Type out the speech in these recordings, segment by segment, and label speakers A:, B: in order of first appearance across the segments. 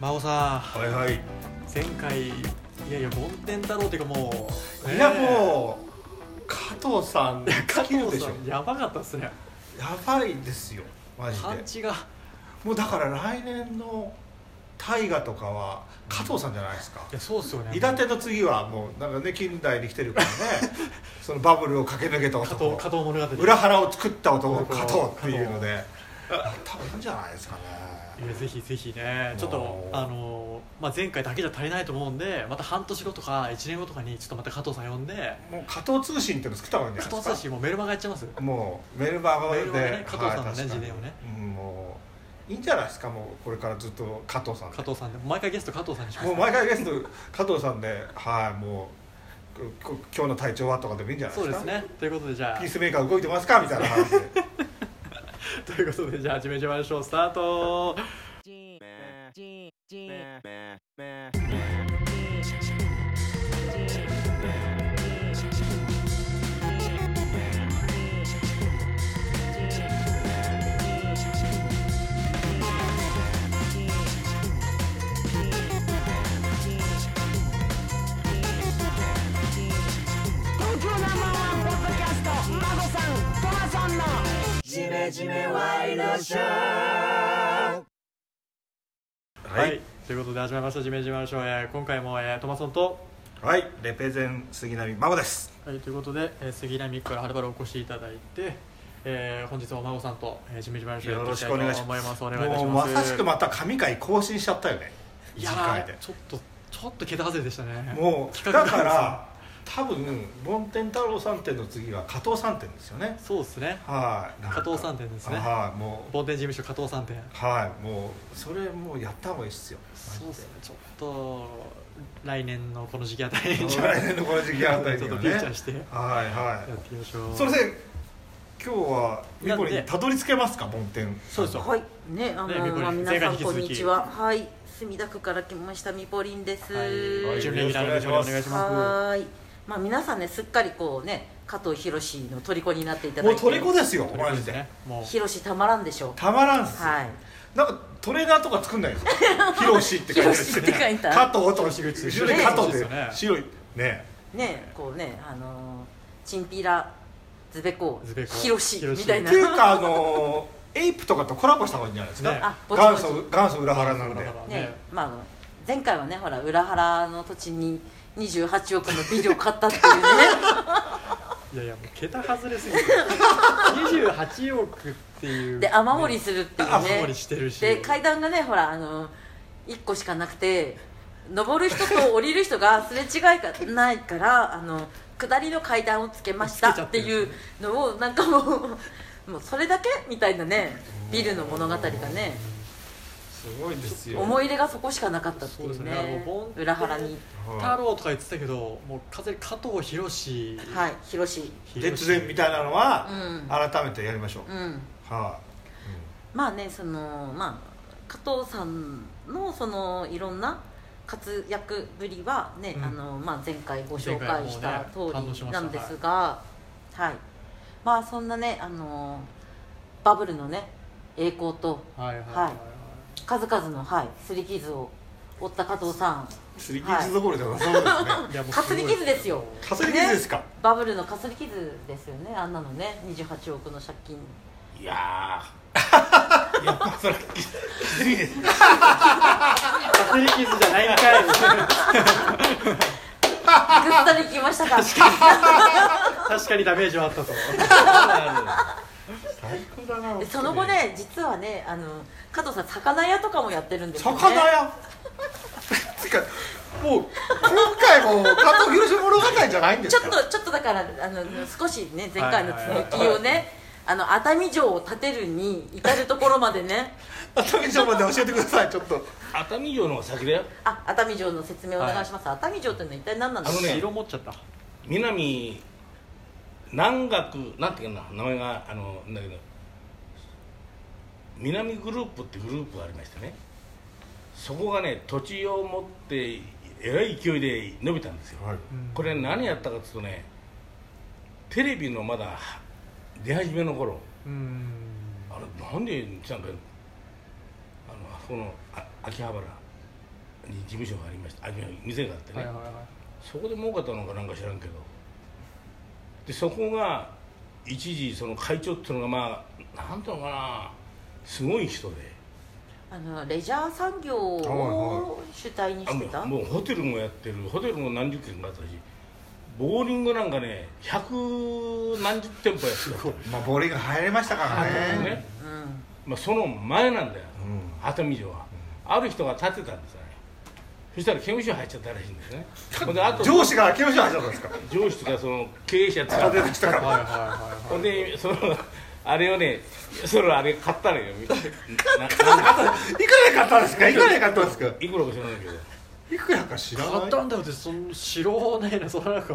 A: 真央さん
B: はいはい
A: 前回いやいや梵天太郎っていうかもう
B: いや
A: ねえ
B: もう加藤さん
A: いや加
B: 加
A: 藤
B: 藤でしょ
A: さんやばかったっすね
B: やばいですよマジで
A: パンチが
B: もうだから来年の大河とかは加藤さんじゃないですか
A: いやそうっすよね
B: 伊達の次はもうなんかね近代に来てるから ねそのバブルを駆け抜けた
A: 加藤
B: 男
A: 加藤物語
B: 裏腹を作った男
A: 加
B: 加
A: 藤
B: 藤っていうので多分いいんじゃないですかね
A: いやぜひぜひねちょっと
B: もう
A: あのーまあ、前回だけじゃ足りないと思うんでまた半年後とか1年後とかにちょっとまた加藤さん呼んで
B: もう加藤通信っていうの作った方がいいんじゃ
A: 加
B: な
A: 藤
B: いですか
A: さんしもうメルマガやっちゃいます
B: もうメルバー
A: メ
B: で
A: ルマガね加藤さんのね
B: はい確かに
A: 自伝をね
B: うんもういいんじゃないですかもうこれからずっと加藤さんで
A: 加藤さんで毎回ゲスト加藤さんにします
B: もう毎回ゲスト加藤さんではいもうここ今日の体調はとかでもいいんじゃないで
A: そう
B: す
A: で
B: か
A: すねということでじゃ
B: ピースメーカー動いてますかみたいな 話で
A: あということでじゃあ始めちゃいましょうスタート
C: 東京ナンバーワンポッドキャスト孫さんトマさんのジメジメワイドショー
A: は、
B: はいい
A: ということで始まりました「じめじめワイドショー」えー今回も、えー、トマソンと
B: はいレペゼン杉並真帆です
A: はい、ということで、えー、杉並区からはるばるお越しいただいて、えー、本日もお孫さんと、えー、ジメジメラジオ
B: よろしく
A: や
B: お
A: って
B: 願
A: いきた
B: いし
A: と思
B: ま
A: い
B: す
A: ます。お願いいた
B: も
A: し
B: う
A: ま。
B: ますさしくまた神回更新しちゃったよね
A: い
B: 次
A: や
B: 回
A: ー
B: で
A: ちょっとちょっと桁外れでしたね。
B: もうだ
A: 企画
B: か、ら多分梵天太郎さん店の次は加藤さん店ですよね
A: そうですね。
B: はいなんか
A: 加藤さん店ですね
B: はいもう
A: 梵天事務所加藤さん店。
B: はいもうそれもうやった方がいいっすよ
A: そうですね。ちょっと来年のこの時期あたりに ちょっ
B: 来年のこの時期あたり
A: と
B: に
A: フ
B: は
A: ィ
B: ね
A: ーチャーしてや
B: はいはい
A: っていきましょう。
B: それで今日はミコリにたどり着けますか梵天
A: そうですよ。
D: はい、ね、あの、
A: ねみぽりん
D: まあ、皆さん
A: 前回に引き
D: こん
A: 続き
D: にちは。はい、墨田区から来ましたみぽりんです。
A: は。
D: はいい、
A: 準レギュラーの部長でお願いしま
D: ーいまあ、皆さんね、すっかりこうね、加藤博士の虜になっていただ
B: も
D: いうて。
B: 虜ですよ
A: す。
B: マ
A: で
B: ジ
A: す
B: で
A: ね。もう
D: 博士たまらんでしょう。
B: たまらんっす
D: はい。
B: なんかトレーナーとか作んないん ですかヒロシって書いてある
D: ヒロシって書いてあ
B: 加
D: る
B: 藤と後
A: 広口
B: ろに加藤
A: ね
B: で白いね
D: ね、こうね、あのー、チンピラ。ズベコ
A: ズベコ
D: 博士みたい
B: って
D: な。
B: いうかあのーエイプとかとコラボした方がいいんじゃないです
A: ね
B: か
D: あ、ぼちぼ
B: 元
D: ち。
B: 祖元祖裏腹なんで
A: 裏腹
D: ね、まあ、前回はね、ほら、裏原の土地に。28億のビルを買ったっていうね
A: いやいやもう桁外れすぎ て。二十八億っていう。
D: で雨漏りするっていうね
A: 雨漏りしてるし。
D: で階段がねほらあの1個しかなくて登る人と降りる人がすれ違いがないからあの下りの階段をつけまし
A: つ
D: た
A: けちゃっ
D: ってて
A: る
D: いうのをなんかもうもうそれだけみたいなねビルの物語がね
B: すごいですよ
D: 思い入れがそこしかなかったってい
A: そううですね
D: ね
A: もう本当に
D: 裏腹に
A: 太郎とか言ってたけどもう風加藤博士
D: はい広し
B: 列伝みたいなのは
D: うん
B: 改めてやりましょう
D: うん
B: はいうん
D: まあねそのまあ加藤さんのそのいろんな活躍ぶりはね、
A: うん
D: あのまあ前回ご紹
A: 前回も
D: 介
A: ね
D: した通
A: 感動し
D: り
A: ました
D: なんですが、はい、まあそんなねあのバブルのね栄光と
A: はいはい
D: はい数々のはい擦り傷を負った加藤さん、
B: すり傷どころじゃなさそうですね
A: いやもう
D: かすり傷ですよ
B: かすり傷ですか
D: バブルのかすり傷ですよねあんなのね28億の借金
B: いやー やっぱそれきついですね
A: かすり傷じゃないんかい
D: ぐったりきましたか
A: 確かにダメージはあったと
B: 最高だな
D: でその後ね実はねあの加藤さん魚屋とかもやってるんですよね
B: 魚屋てかもう今回も加藤広島物語じゃないんで
D: ち
B: す
D: ょっ
B: か
D: とちょっとだからあの少しね前回の続きをねあの熱海城を建てるに至るところまでね
B: 熱海城まで教えてくださいちょっと
E: 熱海城の先だよ
D: あ熱海城の説明お願いします、熱海城というのは一体何なんで
E: あ
D: す
E: の
D: か、
E: ね
A: 色持っちゃった
E: 南南学なんていうの名前があのなんだけど南グループってグループがありましてねそこがね土地を持ってえらい勢いで伸びたんですよ、これ何やったかっつうとねテレビのまだ出始めの頃
A: うん
E: あれなんでなんかあのあそこのあ秋葉原に事務所がありましたあいや店があって
A: は
E: ね、
A: いはいはい
E: そこで儲かったのかなんか知らんけどでそこが一時その会長っていうのがまあなんていうのかなすごい人で
D: あのレジャー産業を主体に
E: あ
D: してた、
E: もうもうホテルもやってるホテルも何十軒かあったしボーリングなんかね百何十店舗やってた
B: まあボーリング入れましたからね
E: ね、
D: うん、
E: まあ、その前なんだよ、
B: う
E: 熱海城は、ある人が建てたんですよねそしたら刑務所入っちゃったらしいん ですねほんであと
B: 上司が刑務所入っちゃったんですか
E: 上司とかその経営者と
B: 出
E: か
B: てきたか
A: はいはい
B: ら
A: はい
E: ほんでそのあれをねそのあれ買ったのよな
B: いくらかったんですかいくらかったんですか
E: いくらか知らないけど
B: いくらか知らない
A: 買ったんだよってその知らないなそのなんか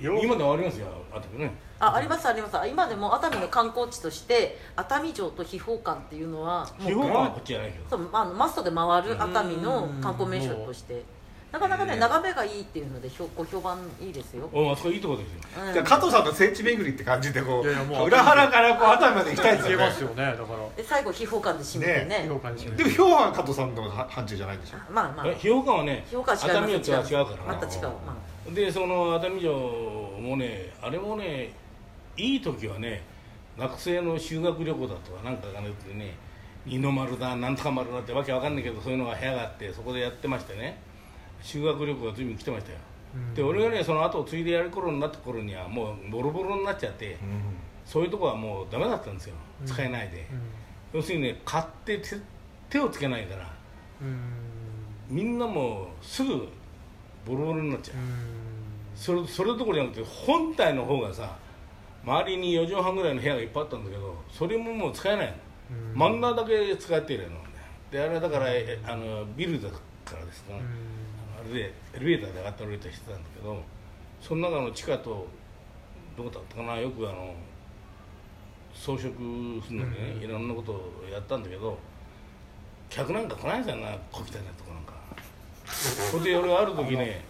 A: よ
E: 今でもありますよあとね
D: あありますあります今でも熱海の観光地として熱海城と秘宝館っていうのはもう
E: 地方はこっちじゃないけど
D: そうあのマストで回る熱海の観光名所としてなかなかね、
E: へえ
D: 眺めがいいっていうので評ご評判いいですよ、
E: おあそこいいとこですよ
D: うん
B: じゃあ加藤さんの聖地巡りって感じでこう
A: いやいやもう
B: 裏腹からこう熱海まで行きたいで
A: い
B: す
A: け
B: よ
A: ま
B: ね
A: すよねだから
D: で最後秘宝館で締めてね
A: 評価にしない
B: でも評判は加藤さんの範疇じゃないでしょ
D: まあまあ
E: え費用感はね
D: 評価違います
E: 熱海とは違うから
D: ま
E: ね
D: た違う、ま
E: でその熱海城もねあれもねいい時はね学生の修学旅行だとかなんかがねってね二の丸だなんとか丸だってわけわかんないけどそういうのが部屋があってそこでやってましてね修学旅行が随分来てましたよ、
A: うん
E: で俺がねその後を継いでやる頃になった頃にはもうボロボロになっちゃって、そういうとこはもうダメだったんですよ
A: うん
E: 使えないで、
A: う
E: 要するにね買って手手をつけないから
A: んうん
E: みんなもうすぐボロボロになっちゃう、
A: うん
E: それそれどころじゃなくて本体の方がさ周りに4畳半ぐらいの部屋がいっぱいあったんだけどそれももう使えないの、
A: うん
E: 真ん中だけ使ってるのであれはだからえあのビルだからですから、あれでエレベーターで上がって降りたりしてたんだけどその中の地下とどこだったかなよくあの装飾するのでね、いろんなことをやったんだけど客なんか来ないんじゃな小汚いとこなんかそれで俺ある時ね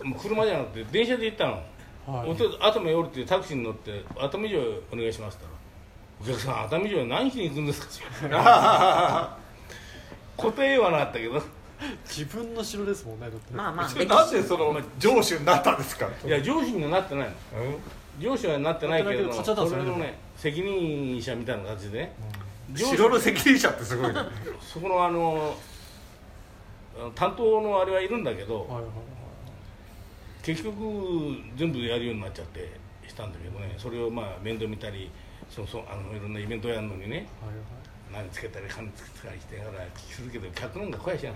E: あのもう車じゃなくて電車で行ったの、
A: はい
E: おと熱海降りてタクシーに乗って「熱海城へお願いします」って言ったら「お客さん熱海城へ何しに行くんですか?」って言 う答えはなかったけど
A: 自分の城ですもんねだって
D: あまあ まあ
B: それなんでその上司になったんですか
E: いや上司にはなってないの上司はなってないけれど
A: な
E: も
A: ってないけど勝ちだったんで
E: そ
A: すよ
E: れ
A: ね
E: のね責任者みたいな形でね、上司
B: 城の責任者ってす ごいね
E: そこのあのあの担当のあれはいるんだけど、
A: はいはいはい
E: 結局全部やるようになっちゃってしたんだけどねそれをまあ面倒見たりそうそうあのいろんなイベントやるのにね
A: はいはい
E: 何つけたり金つけたりしてやからするけど客なんか来やしない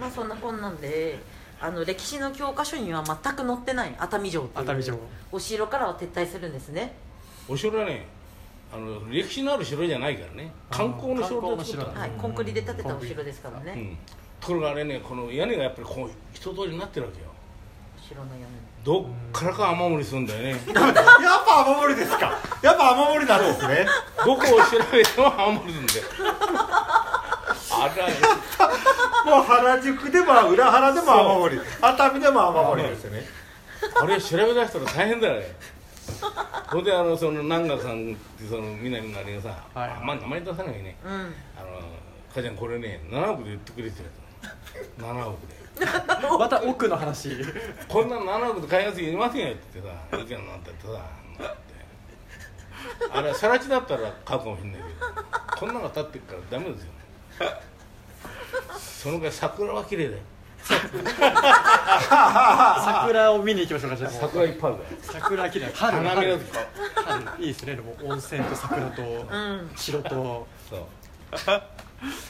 D: まあそんなこんなんであの歴史の教科書には全く載ってない熱海城という
A: 熱海城
D: お城からは撤退するんですね
E: お城はねあの歴史のある城じゃないからね観光の城
A: 観光の
E: で作
A: 城
E: った
A: だ
E: の
D: はいコンクリで建てたお城ですから
E: う
D: ね
E: ん、ところがあれねこの屋根がやっぱりこう人通りになってるわけよ
D: お城の屋
E: どっからか雨漏りするんだよね
B: やっぱ雨漏りですかやっぱ雨漏りなんですね
E: どこを調べても雨漏りするんだよあれはね
B: もう原宿でも裏原でも雨漏り熱海でも雨漏りですよね
E: あれ調べ出したら大変だよねほんであのその南岳さんってその南のあれがさ、
A: はい
E: あんまり名前出さないね
D: 根うん
E: あの母ちゃんこれね7億で売ってくれって言われたの7億で
A: また奥の話
E: こんな7億で買いやすいいませんよって言ってさいいけんなんて言ってさなんてあれさら地だったら買うかもしれないけどこんなのが立ってるからダメですよそのぐらい桜は綺麗だよ
A: 桜を見に行きましょうかじゃあもう
E: 桜いっぱいあるから
A: 桜きれい春
E: 花見の
A: 春
E: 時か
A: 春いいですねでも温泉と桜と
D: うん
A: 城と
E: そうあ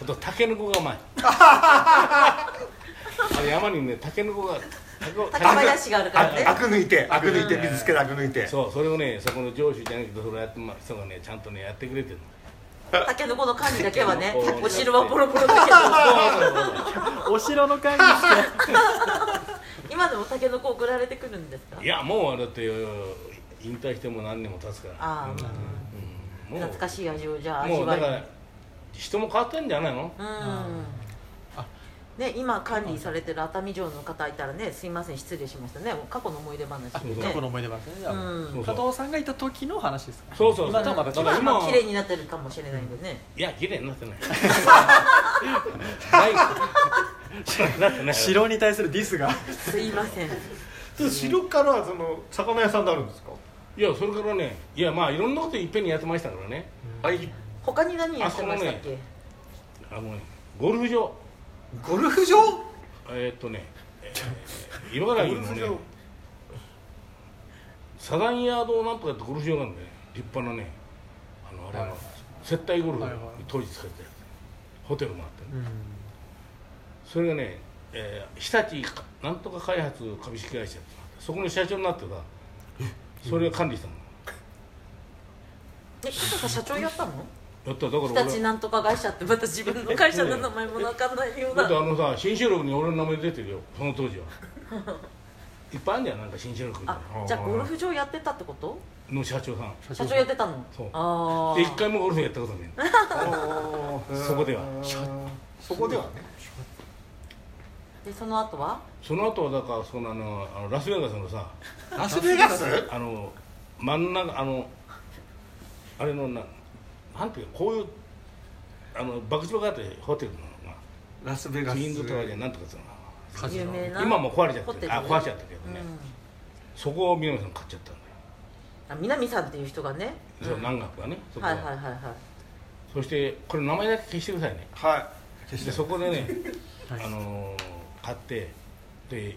E: とタケノコがうまいあれ山にねタケノコがタケノコ
D: 竹林があるからね
B: あく抜いてあく抜いて水つけてあく抜いて
E: そうそれをねそこの上司じゃないけどそれをやってま人がねちゃんとねやってくれてるの
D: タケノコの管理だけ はね
E: タケノコ
D: お城はボロボロだけど
A: お城の会議して
D: 今でもタケノコ送られてくるんですか
E: いやもうだって引退してもう何年も経つから
D: ああ
E: うんもう
D: 懐かしい味をじゃあ味
E: もう
D: わ
E: だ
D: い
E: から人も変わったんじゃないの
D: うん
A: あ
D: ね、今管理されてる熱海城の方いたらねすいません失礼しましたね過去の思い出話で
E: そう
A: 過
D: ね
A: 去の思い出話ねじゃあ
D: うん
E: そう
A: 加藤さんがいた時の話ですか
E: そうそう
A: 今とはまた
E: だ
A: 違
E: か
A: う
E: ら
D: 今
E: 今
D: は綺麗になってるかもしれないんでね、
E: いや綺麗になってない ないなってない
A: 城に対するディスが
D: すいません
B: 白からその魚屋さんであるんですか
E: いやそれからねいやまあいろんなこといっぺんにやってましたからね
B: はい
D: 他に何やってましたっけ、
E: あのねゴルフ場
B: ゴルフ場
E: えーっとね、えー、茨城の
B: ゴル
E: ね
B: フ場
E: サザンヤードなんとかってゴルフ場なんでね立派なねあのあれの、
A: はい
E: 接待ゴルフ、
A: はいはい
E: 当時使ってたやつホテルもあって
A: う
E: ね、
A: ん
E: それがね、えー日立なんとか開発株式会社ってのがあってそこの社長になってたそれを管理したの、
D: え加藤さん社長やったの
E: やっただから俺
D: 日立なんとか会社ってまた自分の会社の名前も分かんないよう
E: だってあ
D: な
E: のさ新収録に俺の名前出てるよその 当時はいっぱいあんじゃんなんか新収録みたい
D: あ
E: な
D: じゃあゴルフ場やってたってこと
E: の社長さん
D: 社長やってたの
E: そう
D: ああ
E: で一回もゴルフやったことねえそこでは
B: そこではね
D: でその後は
E: その後はだからそのあのあのラスベガスのさ
B: ラスベガス
E: あの真ん中あのあれのななんていうかこういうあの博打場があってホテルの
B: ラスベ
E: が
B: ガス
E: ツインズタワーじゃなんとかつう
A: カジ
D: 有
A: ノ
D: 名な
E: の今もう壊れちゃ
D: ホ
E: っ
D: テ
E: て
D: ル
E: るあ壊れちゃったけど
D: うん
E: ね、そこを南さん買っちゃったんだよ
D: あ南さんっていう人がね、
E: その
D: うん
E: 南学がねそこ
D: は
E: は、
D: いはいはいはい
E: そしてこれ名前だけ消してくださいね
B: はい
E: でそこでね、
A: はい
E: あのー買ってで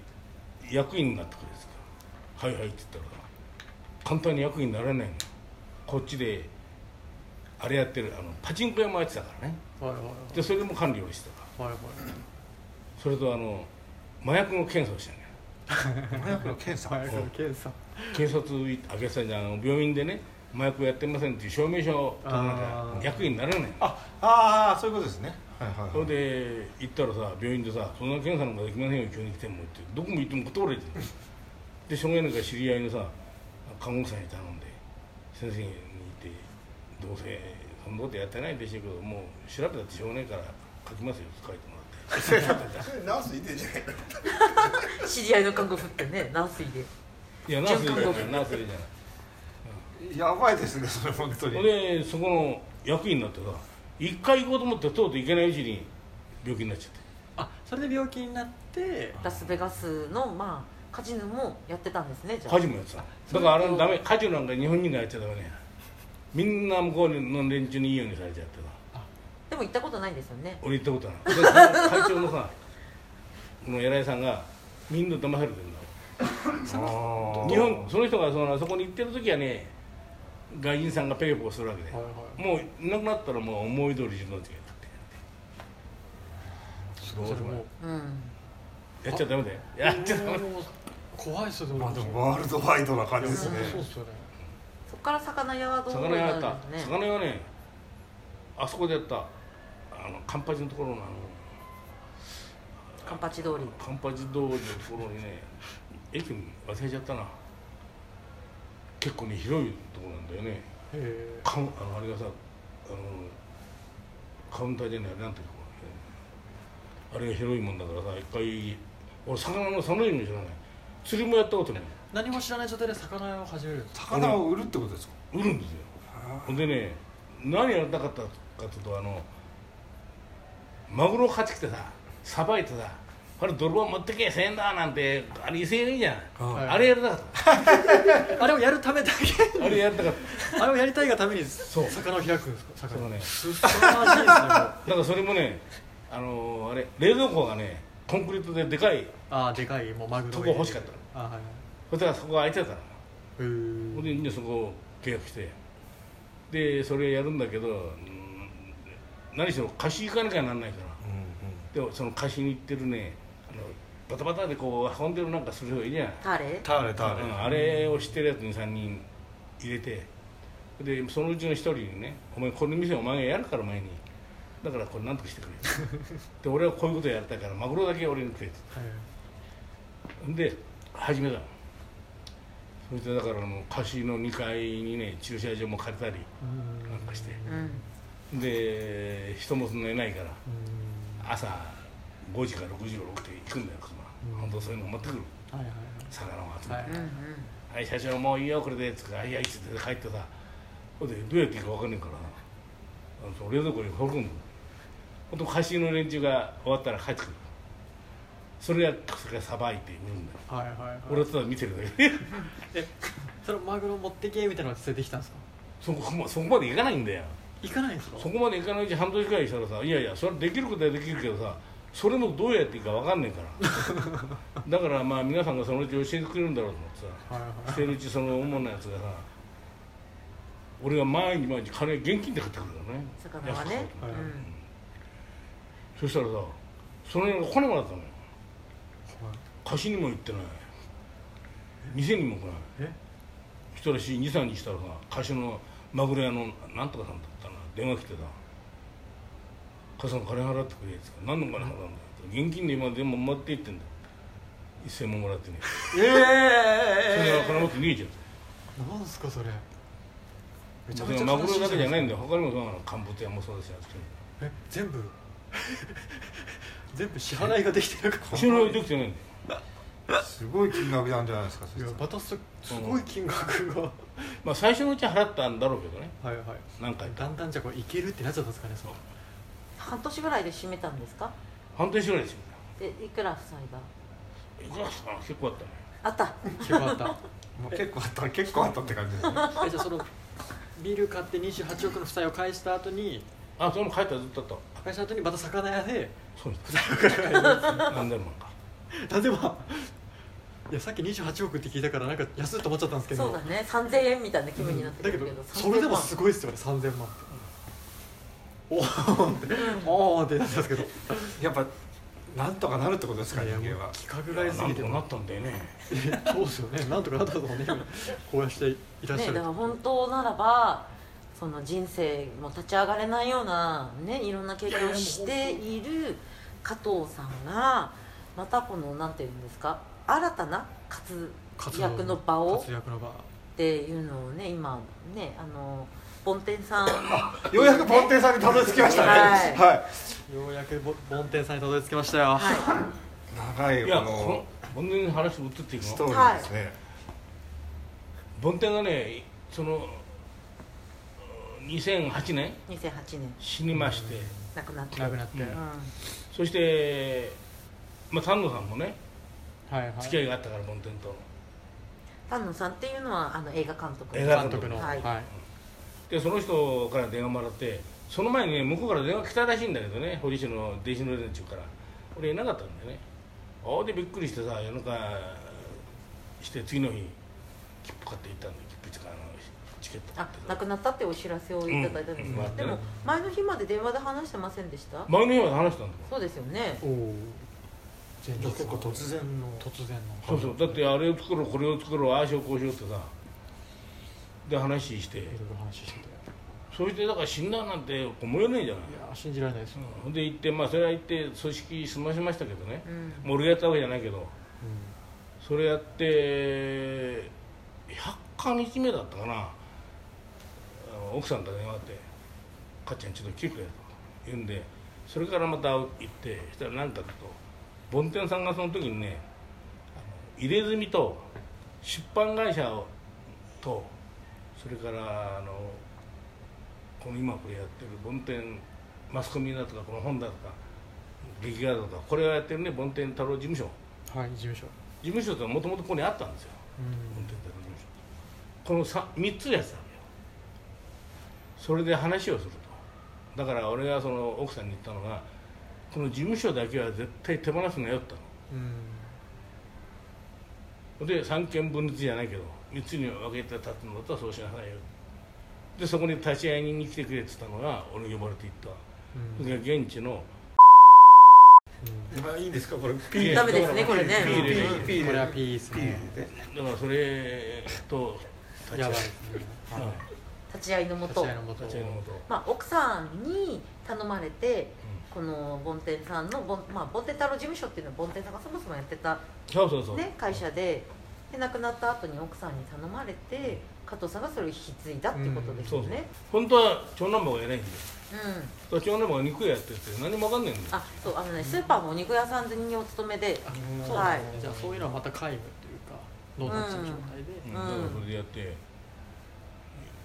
E: 役員になってくれですかはいはい」って言ったら簡単に役員になれないのこっちであれやってるあのパチンコ屋もやってたからね
A: はいはい
E: でそれも管理をしてたから
A: はいはい
E: それとあの麻薬の検査をしたね
B: 麻薬の検査
A: はいはい検査
E: 警察行ってあ警察じゃないあの病院でね麻薬やってませんっていう証明書を取らなき
A: あ
E: ゃ
A: ー
E: 役員になれないの
B: ああーそういうことですねはいはい
E: それで行ったらさ病院でさ「そんな検査なんかできませんよ急に来ても」ってどこも行っても断れてるでしょうがないから知り合いのさ看護師さんに頼んで先生に言って「どうせそんなことやってないでしょうけどもう調べたってしょうがないから書きますよ」って書いてもらって
B: ナースいてんじゃない
D: 知り合いの看護婦ってね軟水で
E: いやナースでいいじゃないナースでいいじゃない
B: やばいですねそれ本当
E: そ
B: に
E: れでそこの役員になってさ一回行こうと思ってとうといけないうちに病気になっちゃって
A: あそれで病気になって
D: ラスベガスのまあカジノもやってたんですねじゃあ
E: カジノやってただからあれダメカジノなんか日本人がやっちゃダメねみんな向こうの連中にいいようにされちゃってさ
D: でも行ったことないんですよね
E: 俺行ったことないでその会長のさ この偉いさんがみんな騙されてるんだ
B: あー
E: 日本その人がそのそこに行ってる時はね外人さんがペーポーするわけで、
A: はいは
E: もういなくなったらもう思い通り自分の時や
B: す
A: そ
B: ごい
A: れも
D: うん
E: ってやっちゃダメだよやっちゃダメ
A: もう怖いっすよでも
B: まあでもワールドワイドな感じですね
A: いやそうっすよね
D: そっから魚屋はどう
E: 魚屋やった、
D: んですね
E: 魚屋はねあそこでやったあのカンパチのところのあの
D: カンパチ通り
E: カンパチ通りのところにね駅も忘れちゃったな結構ね広いところなんだよね
A: へ
E: カウンあのあれがさあのカウンターじゃないなんていうところあれが広いもんだからさ一回俺魚の寒いの知らない釣りもやったことない
A: ー何も知らない状態で魚屋を始めるんです
B: 魚を売るってことですか
E: 売るんですよほんでね何やりたかったかっていうとあのマグロを買ってきてささばいてさあれ泥棒持ってけ1000円だなんてあれ威勢がいいじゃん、
A: はい
E: あれやりたかった
A: あれをやるためだけ
E: あれやりたかった
A: あれをやりたいがために
E: そう
A: 魚を開くんですか
E: そ
A: 魚
E: うね
A: すさまじいですねもう
E: だからそれもねあのーあれ冷蔵庫がねコンクリートででかい
A: ああでかいもうマグロ
E: とこ欲しかった
A: あはいはい
E: そしたらそこが空いてたの
A: う
E: ほん
A: ー
E: ででそこを契約してでそれやるんだけどうん何しろ貸し行かなきゃなんないからでその貸しに行ってるねあのバタバタでこう運んでるなんかする人がいるじゃん
D: タレ
B: ターレターレ
E: うんあれを知ってるやつに3人入れてでそのうちの1人にね「お前この店お前がやるから前にだからこれなんとかしてくれ」で俺はこういうことやりたいからマグロだけ俺にくれ」ってで始めたのそれでだからもう貸しの2階にね駐車場も借りたりなんかして
D: うん
E: で人もそんなにないから朝5時か6時頃起きて行くんだよ車、
A: うん
E: 本当そういうの持ってくる
A: はいはい
E: 魚を集めて、
A: は
E: はいい
A: はい
D: うんうん
E: 社長もういいよこれで」つって「あいやいつ」って帰ってさほんでどうやっていいか分かんねえからあのその冷蔵庫に放り込むほんと貸しの連中が終わったら帰ってくるそれやそれがさばいて売るんだよ
A: はいはいはい
E: 俺はただ見てるだけ
A: えそのマグロ持ってけみたいなのが連れてきたんですか
E: そこまそこまでいかないんだよ
A: 行かないんですか
E: そこまでいかないうち半年くらいしたらさいやいやそれできることはできるけどさそれもどうやっていいか分かんねえから だからまあ皆さんがそのうち教えてくれるんだろうと思ってさ
A: はいはい
E: してるうちその主なやつがさ俺が毎日毎日金現金で買ってくるからね
D: 魚は
E: 安
D: ね
E: く、
A: は
E: 買
A: い
E: おうと思っ
A: は
E: て
A: い
D: うん
E: そしたらさその辺が来なくなったのよ貸しにも行ってない店にも来ない
A: え
E: 人らしい23日したらさ貸しのマグロ屋のなんとかさんだったな電話来てさ「母さん金払ってくれ」っつって「何の金払うんだよ」って現金で今でも待っていってんだよ1000万もらってね
A: え
E: それ
A: え
E: から金持って逃げちゃう
A: なんすかそれめちゃ
E: で
A: めちゃ
E: マグロだけじゃないんだ
A: よ
E: よ他にもそうなの陥没屋もそうだしあっちに
A: え全部 全部支払いができてなかった
E: 貸しのできてないんだよ
B: すごい金額なんじゃないですかそ
A: い
B: れ
A: やまたすすごい金額が、は
E: まあ最初のうちは払ったんだろうけどね
A: いはい
E: 何回か
A: だんだんじゃあこれいけるってなっちゃったんですかねそう
D: 半年ぐらいで閉めたんですか
E: 半年ぐらいですよ
D: でいくら負債が
E: いくらっすか結構あったね
D: あった
A: 決ま った
B: もう結構あった結構あったって感じですね
A: えじゃあそのビール買って28億の負債を返した後に
E: あそれも帰ったらずっとあった
A: 返した後にまた魚屋で
E: そうです
A: 負債を返す
E: 何千万か
A: 例えばいやさっき28億って聞いたからなんか安いと思っちゃったんですけど
D: そうだね3000円みたいな気分になって
A: だ
D: く
A: け
D: る
A: ど
D: けど
A: それでもすごいっすよね3000万っておおーっておーってなったんですけど
B: やっぱなんとかなるってことですか
A: い
B: 人
A: やも
B: 間
A: う
B: は
A: 規格
E: な
A: 外すぎ
E: ん
A: て
E: とかなったんだよね
A: そうですよねなんとかなったと思うね今こうやしていらっし
D: ね
A: ゃる
D: だから本当ならばその人生も立ち上がれないようなねいろんな経験をしている加藤さんがまたこのなんていうんですか新たな活
A: 活動
D: 躍の場を
A: 活躍の場
D: っていうのをね今ねあの梵天さん
B: ようやく梵天さんにたどり着きましたね
D: はい
B: は
A: ようやくぼ梵天さんにたどり着きましたよ、
B: い長い
E: いや
B: こ
E: この
B: の
E: 本当に話移っていく
B: ス
E: の
B: トーリーですね
E: 梵天がねその2008年
D: 2008年
E: 死にまして
D: 亡くなって
A: なくなって、
E: うん
A: は
E: そしてまあ丹野さんもね
A: いはい
E: 付き合いがあったから梵天との
D: 丹野さんっていうのはあの映画監督
E: 映画
A: 監督の
D: はい
E: でその人から電話もらってその前にね向こうから電話来たらしいんだけどね堀市の弟子の連中から俺いなかったんだよねああでびっくりしてさ夜中して次の日切符買って行ったんだよ切符つかあのチケット買っ
D: あ
E: て
D: 亡くなったってお知らせをいただいたんですけど、
E: うん
D: でも前の日まで電話で話してませんでした
E: 前の日まで話したんだよ
D: そうですよね
A: おおじゃあ
B: 結構突然の
A: 突然の
E: そうそうだってあれを作ろうこれを作ろうああしようこうしようってさで話して
A: いろいろ話してい
E: そしてだから死んだなんて思えないじゃない
A: やー信じられないですよ、
E: うんで行ってまあそれは行って組織済ましましたけどね
D: うん
E: もう俺がやったわけじゃないけど
A: う
E: それやって100日目だったかなあの奥さんと電話あって「かっちゃんちょっと来てくれ」と言うんでそれからまた行ってそしたら何かと梵天さんがその時にねあの入れ墨と出版会社をとそれからあのこの今これやってる梵天マスコミだとかこの本だとか劇画だとかこれをやってるね梵天太郎事務所
A: んはい事務所
E: 事務所ってもともとここにあったんですよ
A: うん
E: 本店だこの 3, 三つのやつなんだよそれで話をするとだから俺がその奥さんに言ったのがこの事務所だけは絶対手放すなよって言っ
A: うん
E: たので三権分立じゃないけど三つに分けて立つんだったらそうしなさいよでそこに立ち会い人に来てくれって言ったのが俺に呼ばれて行った
A: うん
E: それから現地の
B: まあいいんですかこれピ
E: いや
D: ダメですねこれね
E: ピー入れない
B: ピー入れない
A: これはピーですね
B: で
E: だからそれと立ち
A: やば
E: 会い
A: いですねはい
E: うん
D: 立ち会いのも
A: 立
D: と
A: ち会いのもと
E: 立ち会いのこと
D: まあ、奥さんに頼まれてこの梵天さんの梵,、まあ、梵天太郎事務所っていうのは梵天さんがそもそもやってた、
E: そうそうそう、
D: ね、会社でで亡くなった後に奥さんに頼まれて加藤さんがそれを引き継いだっていうことですよね、
E: 本当は長男坊が偉いんだよ土地女房が肉屋やってて何も分かんないんだよ
D: あそうあのねスーパーもお肉屋さんにお勤めで
A: あ
D: ん
A: そう
D: は
A: なん
D: い
A: ですね、じゃあそういうのはまた皆無というかどうなっちゃう状態で、
E: うんだからそれでやって、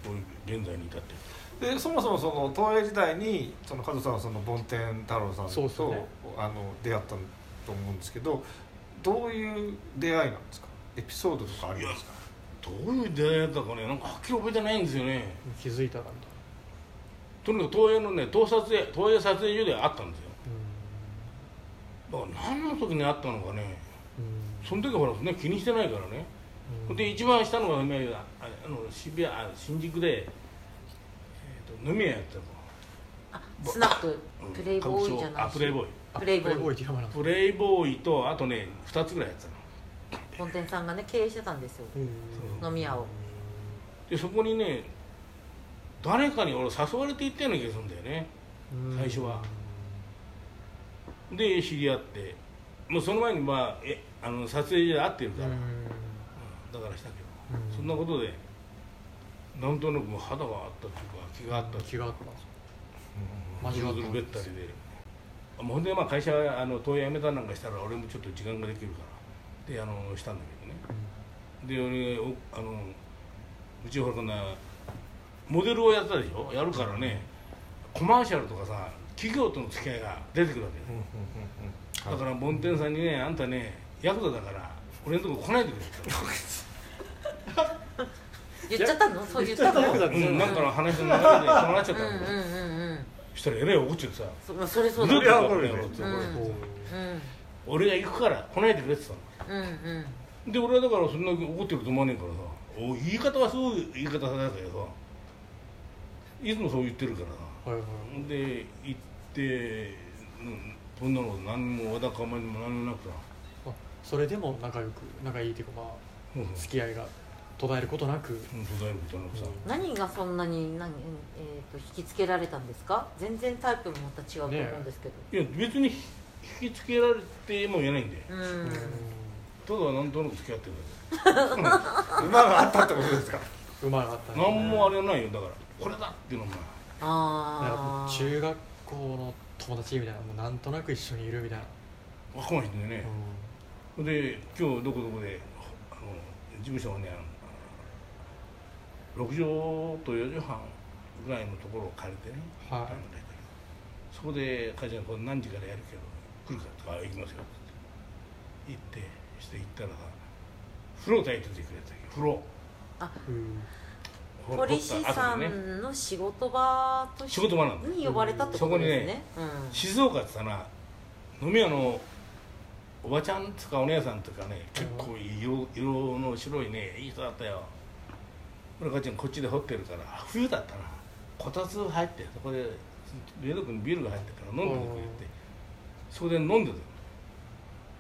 E: こういう現在に至ってる
B: でそもそもその東映時代にその加藤さんはその梵天太郎さんと
A: そうそうね
B: あの出会ったと思うんですけどどういう出会いなんですかエピソードとかありますか
E: どういう出会いだったかねなんかはっきり覚えてないんですよね
A: 気づいたらみたい
E: とにかく東映のね東撮影東映撮影所で会ったんですよ
A: な
E: だから何の時に会ったのかね
A: うんうん
E: その時ほらそんな気にしてないからね、
A: うん
E: で一番下のがねああの渋谷あ新宿で、えー、と飲み屋やってたの
D: スナック
E: うん
D: プレイボーイじゃない
E: あプレイボーイ
A: あ
D: プレイボーイ
A: ボーイって山なんだ
E: プレイボーイとあとね2つぐらいやってたの
D: 本店さんがね経営してたんですよ
E: そう
D: 飲み屋を
E: でそこにね誰かに俺誘われて行ったような気がするんだよね
A: うん
E: 最初はで知り合ってもうその前にまあえあの撮影所で会ってる
A: う
E: か
A: ん
E: ら、
A: う
E: うん
A: ん
E: だからしたけど、
A: うん
E: そんなことでなんとなくもう肌があったっていうか気があったって
A: 気
E: いうか
A: があったんですよ
E: マジ
A: 交わ
E: で
A: ったん
E: べ
A: で
E: った
A: す
E: り
A: よ
E: であもうほんでまあ会社あの東映辞めたなんかしたら俺もちょっと時間ができるからであのしたんだけどねで俺おあのうちほらこんなモデルをやってたでしょやるからねコマーシャルとかさ企業との付き合いが出てくるわけよだから梵天さんにねあんたねヤクザだから俺のとこ来ないでくれって言っ
D: 言っちゃったのそう言ったの
A: 言っちゃったた
E: の、うん、なんかの話の中でそうなっちゃ
D: う
E: っ
D: ん
E: た
D: う
E: の、
D: んうんうん
E: したらえらい怒っちゃってさ
D: そまあそれ
E: 「ど
D: そううだ
E: や
D: う
E: っ
D: ん
E: てたのこの野
D: うん
E: 郎」って怒ら
A: お
E: れて
A: ー
E: 俺が行くから来ないでくれって言ってたの
D: うんうん
E: で俺はだからそんな怒ってると思わねえからさお言い方はすごい言い方だけどさいつもそう言ってるからさ
A: はいはい
E: で行って、うん、そんなの何もわだかまりも何もなくさ
A: あそれでも仲良く仲いいっていうかまあ
E: そうそう
A: 付き合いが途絶えることなく
E: うん途絶えることなくさ、
D: 何がそんなに何、えー、と引きつけられたんですか全然タイプもまた違うと思うんですけど、
E: いや別に引きつけられても言えないんで
D: う
A: うん
D: ん
E: ただなんとなく付き合ってる
B: 馬があったってことですか
A: うまかった
E: だ
A: ね
E: け何もあれはないよだからこれだっていうのもない
A: なんかも
D: あ
A: う
D: あ
A: 中学校の友達みたいなもうなんとなく一緒にいるみたいな、
E: あかもしれないね、で今日どこどこであの事務所がねあの6畳と4畳半ぐらいのところを借りてね、
A: はい
E: あの大体そこで会社がこう何時からやるけど来るかとか行きますよって言ってして行ったらさ風呂炊いててくれたよ風呂
A: うん
E: ほら
D: 堀市
E: 掘った
D: さ
E: 後でね
D: んの仕事場として
E: 仕事場なんだよ
D: に呼ばれたってことですね
E: 静岡ってさな飲み屋のおばちゃんつかお姉さんとかね結構色色の白いねいい人だったよ俺母ちゃんこっちで掘ってるからあ冬だったなこたつ入ってそこで上野君にビールが入ってるから飲んでくれってそこで飲んでたの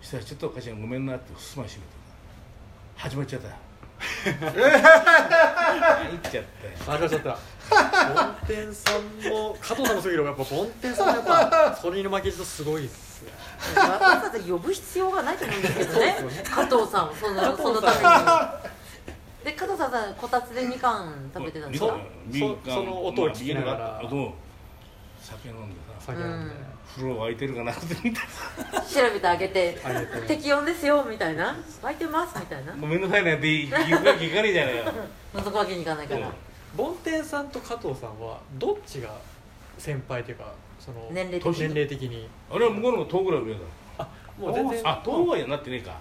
E: そしたらちょっと母ちゃんごめんなっておすましめてた始まっちゃったよ入っちゃったよ
A: あ、ちゃった。梵天さんも加藤さんもすごいけどやっぱ梵天さんもやっぱそれに負けじとすごいっすね。
D: うんわざわざ呼ぶ必要がないと思うんですけどね加藤さんをそのそのためにで加藤さんさこたつでみかん食べてたんですか
E: ビールか
A: そその音を聞きながら
E: まあビールがあと酒飲んでさ
A: 酒飲んで。
E: 風呂沸いてるかなって見た
D: 調べてあげて
A: あげて
D: 適温ですよみたいな湧いてますみたいな
E: ごめんなさいねって言うわけいかねえじゃねえよ
D: 覗くわけにいかないから
A: 梵天さんと加藤さんはどっちが先輩というかその
D: 年齢的に
A: 年齢的に。
E: あれは向こうの方が10ぐらい上だ
A: あ、もう全然。
E: あ10はなってねえか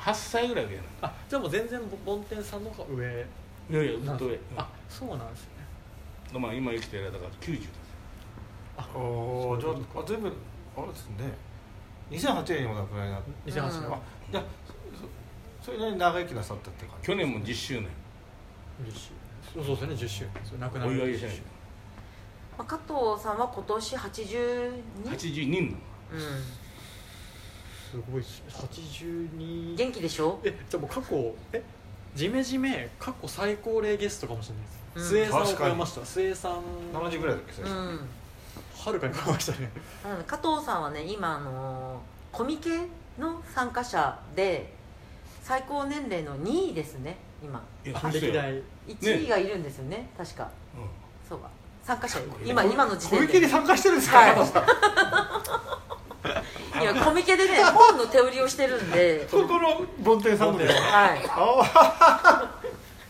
E: 8歳ぐらい上だ
A: あ、じゃあもう全然梵天さんの方が上。
E: いやいやずっと上
A: あ、そうなんですね。
E: うんまあ今生きてるやつだから90だ
B: おーじゃああ全部あれですね2008年にお亡くなりになって
A: 西橋
D: う
A: の
D: ん
B: あじゃあそそれなりに長生きなさったって感じ
E: 去年も10周年
A: 10周。そうそうですね、10周年。そう亡くな
E: お
A: る
E: 祝いじゃない
D: まあ、加藤さんは今年82
E: 82人なの
D: う
A: すごいっすね。82
D: ん、。元気でしょ
A: えじゃあもう過去えジメジメ過去最高齢ゲストかもしれ
D: うん
A: ないです、末さんを
B: 確か
A: 超え
B: に
A: ました末さん
B: 70ぐらいだっけ最
D: う
B: 初、
D: ん、
A: はるかに超えました ね
D: なので加藤さんはね今、あのーコミケの参加者で最高年齢の2位ですね今
E: いやそう
A: 歴
E: だよ
A: 代
D: 1位がいるんですよね確か
E: う
D: そうか参加者いる今今の時
B: 小
D: 点
B: 池
D: で
B: に参加してるんですか、
D: はい
B: 加藤さん
D: 今コミケでね本の手売りをしてるん で
B: ここの梵天さんの
A: 梵
D: はい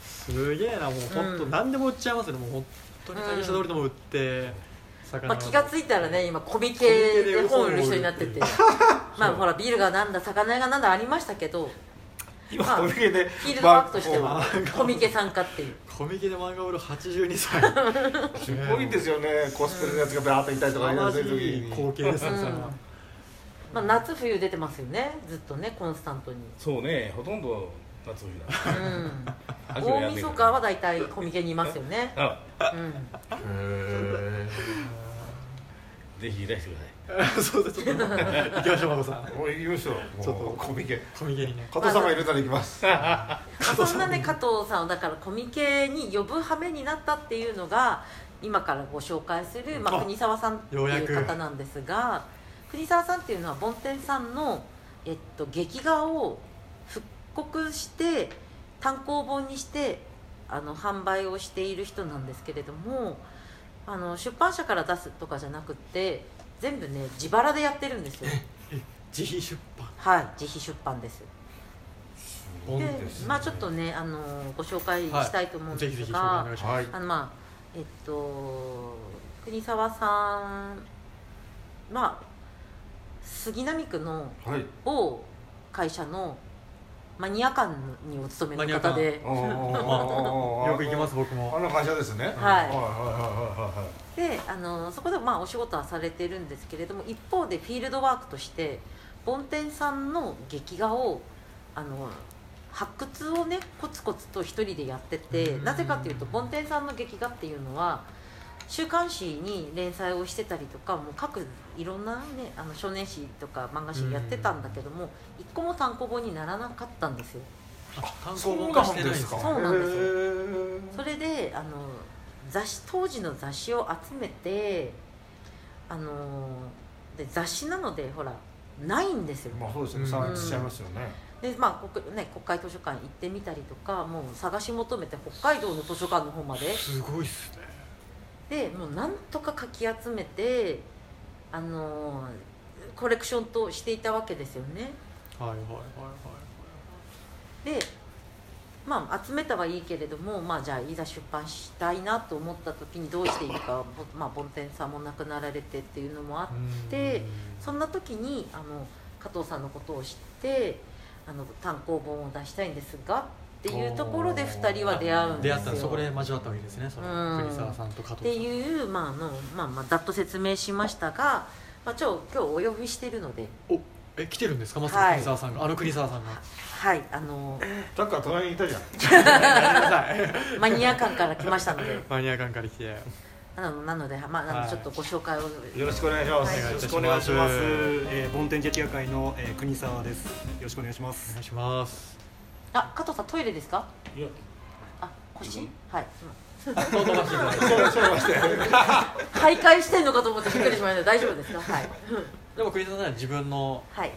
A: すげえなもう本当、
D: うん
A: 何でも売っちゃいますねもう本当に竹下通りでも売って、魚
D: まあ、気が
A: い
D: ついたらね今コミケで本売る人になってて まあほらビールがなんだ魚屋がなんだありましたけど
B: 今
D: まあ
B: 小池で
D: フィールドワークとしては
B: ま
D: コミケ参加っていう
A: コミケで漫画売る82歳
B: あすごいですよねコスプレのやつがバーッといたりとか
A: ま
B: や
A: じ
B: る時
A: い光
B: に
A: 景ですね、
D: うん
A: それは
D: まあ、夏冬出てますよねずっとねコンスタントに、
E: そうねほとんど夏冬だ
D: うん、
E: 秋はや
D: 大
E: んねえ
D: 晦
E: か
D: 日は大体コミケにいますよね、
E: あ
D: うん、
B: へ
E: ぜひいらしてください
A: そうですちょっと行きましょう真子さん
B: ーもう行きましょう
A: ちょっと
B: もうコミケ
A: コミケにね
B: 加藤さんがいるなら行きます
D: まあそんなね加藤さんをだからコミケに呼ぶ羽目になったっていうのが今からご紹介する、まあ、
A: あ
D: 国沢さんって
A: ようや
D: い
A: く
D: う方なんですが国沢さんっていうのは梵天さんの、えっと、劇画を復刻して単行本にしてあの販売をしている人なんですけれどもあの出版社から出すとかじゃなくて全部ね自腹でやってるんですよ
A: 自費出版
D: はい自費出版です
B: 本
D: で
B: ですね
D: まあちょっとねあのご紹介したいと思うん
A: ぜ
D: で
A: ひぜ
D: す
A: ひ
D: が、
A: お願いします、
B: はい
D: あのまあえっと国沢さんまあ杉並区の
B: はい
D: 某会社のマニア館にお勤めの方で
A: よく行きます僕
B: あ
A: も
B: の会社ですねはい
D: はい
B: はいはいはいはい
D: であのそこでまあお仕事はされてるんですけれども一方でフィールドワークとして梵天さんの劇画をあの発掘をねコツコツと一人でやってて
A: うん
D: なぜかというと梵天さんの劇画っていうのは週刊誌に連載をしてたりとかもう各いろんな、ね、あの少年誌とか漫画誌やってたんだけども一個も単行本にならなかったんですよ。
A: 単
B: そ
A: 行
B: う
A: 本
B: な
A: 化して
B: ん
A: ないん
B: で
A: ですす
B: か
A: か
D: そうなんですよそ
B: れ
D: れであの雑誌当時の雑誌を集めてあので雑誌なのでほらないんですよ、
B: まあそうですね
A: うん
B: 散逸しちゃいますよね
D: でまあ国,、ね、国会図書館行ってみたりとかもう探し求めて北海道の図書館の方まです
A: ごいっすね
D: でもうなんとかかき集めてあのコレクションとしていたわけですよね
A: はいはいはい
D: でまあ集めたはいいけれども、まあ、じゃあいざ出版したいなと思った時にどうしていいか、ぼまあ、梵天さんも亡くなられてっていうのもあっ
A: はいうん
D: でそんな時にあの加藤さんのことを知ってあの単行本を出したいんですがっていうところで
B: おー
D: 2人は出会うんです
A: 出
D: よ
A: 会ったのそこで交わったわけですねそれ
D: うん
A: 国沢さんと加
D: っ
A: 藤
D: て
A: さん
D: いう、まああのまあまあ、ざっと説明しましたが、まあ、ちょ今日お呼びしてるので
A: おえ来てるんですかまさか国沢さんが、あの国沢さんが
D: はいあの
B: タッカー隣にいたじゃん
D: マニア感から来ましたので
A: マニア館から来て
D: あのなので、まあ、あ
A: は
D: の
A: い
D: ちょっとご紹介を、
B: よろしくお願いしま
A: お願
B: す
A: いい
F: よろ
A: た
F: し
A: し
F: くお願
A: ま
F: い
A: す
F: します。えー、梵天劇画会の、えー、国沢です。よろしくお願いしま
A: お
F: す
A: 願。いします
D: あ加藤さんトイレですか
E: いや
D: あ腰はい、うん
A: 相当待ちい
D: 徘徊してんのかと思ってびっくりしました大丈夫ですかはい、
A: でも国沢さんは自分の
D: はい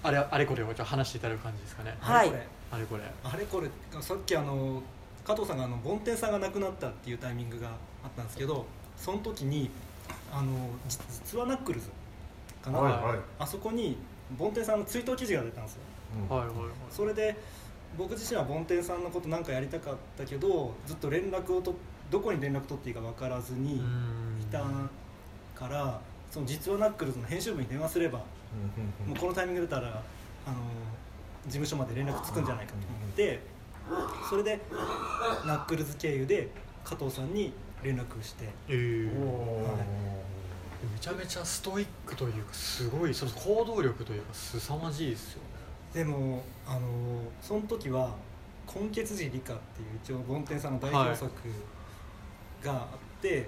A: あれあれこれをちょっと話していただく感じですかね
D: はい
F: あれこれ
A: あれこれ
F: あれこれさっきあの加藤さんがあの梵天さんが亡くなったっていうタイミングがあったんですけど、その時にあのじ実はナックルズかな、
B: はいはい
F: あそこに梵天さんの追悼記事が出たんですよ。
A: はいはいはい
F: それで僕自身は梵天さんのことなんかやりたかったけど、ずっと連絡をとどこに連絡取っていいか分からずに。
A: うん
F: いたからその実はナックルズの編集部に電話すれば、もうこのタイミング出たらあの事務所まで連絡つくんじゃないかと思ってそれでナックルズ経由で加藤さんに連絡して
A: えー
F: は
A: めちゃめちゃストイックというかすごいその行動力というか凄まじいですよね
F: でもあのその時は「根血寺理科」っていう一応梵天さんの代表作があって、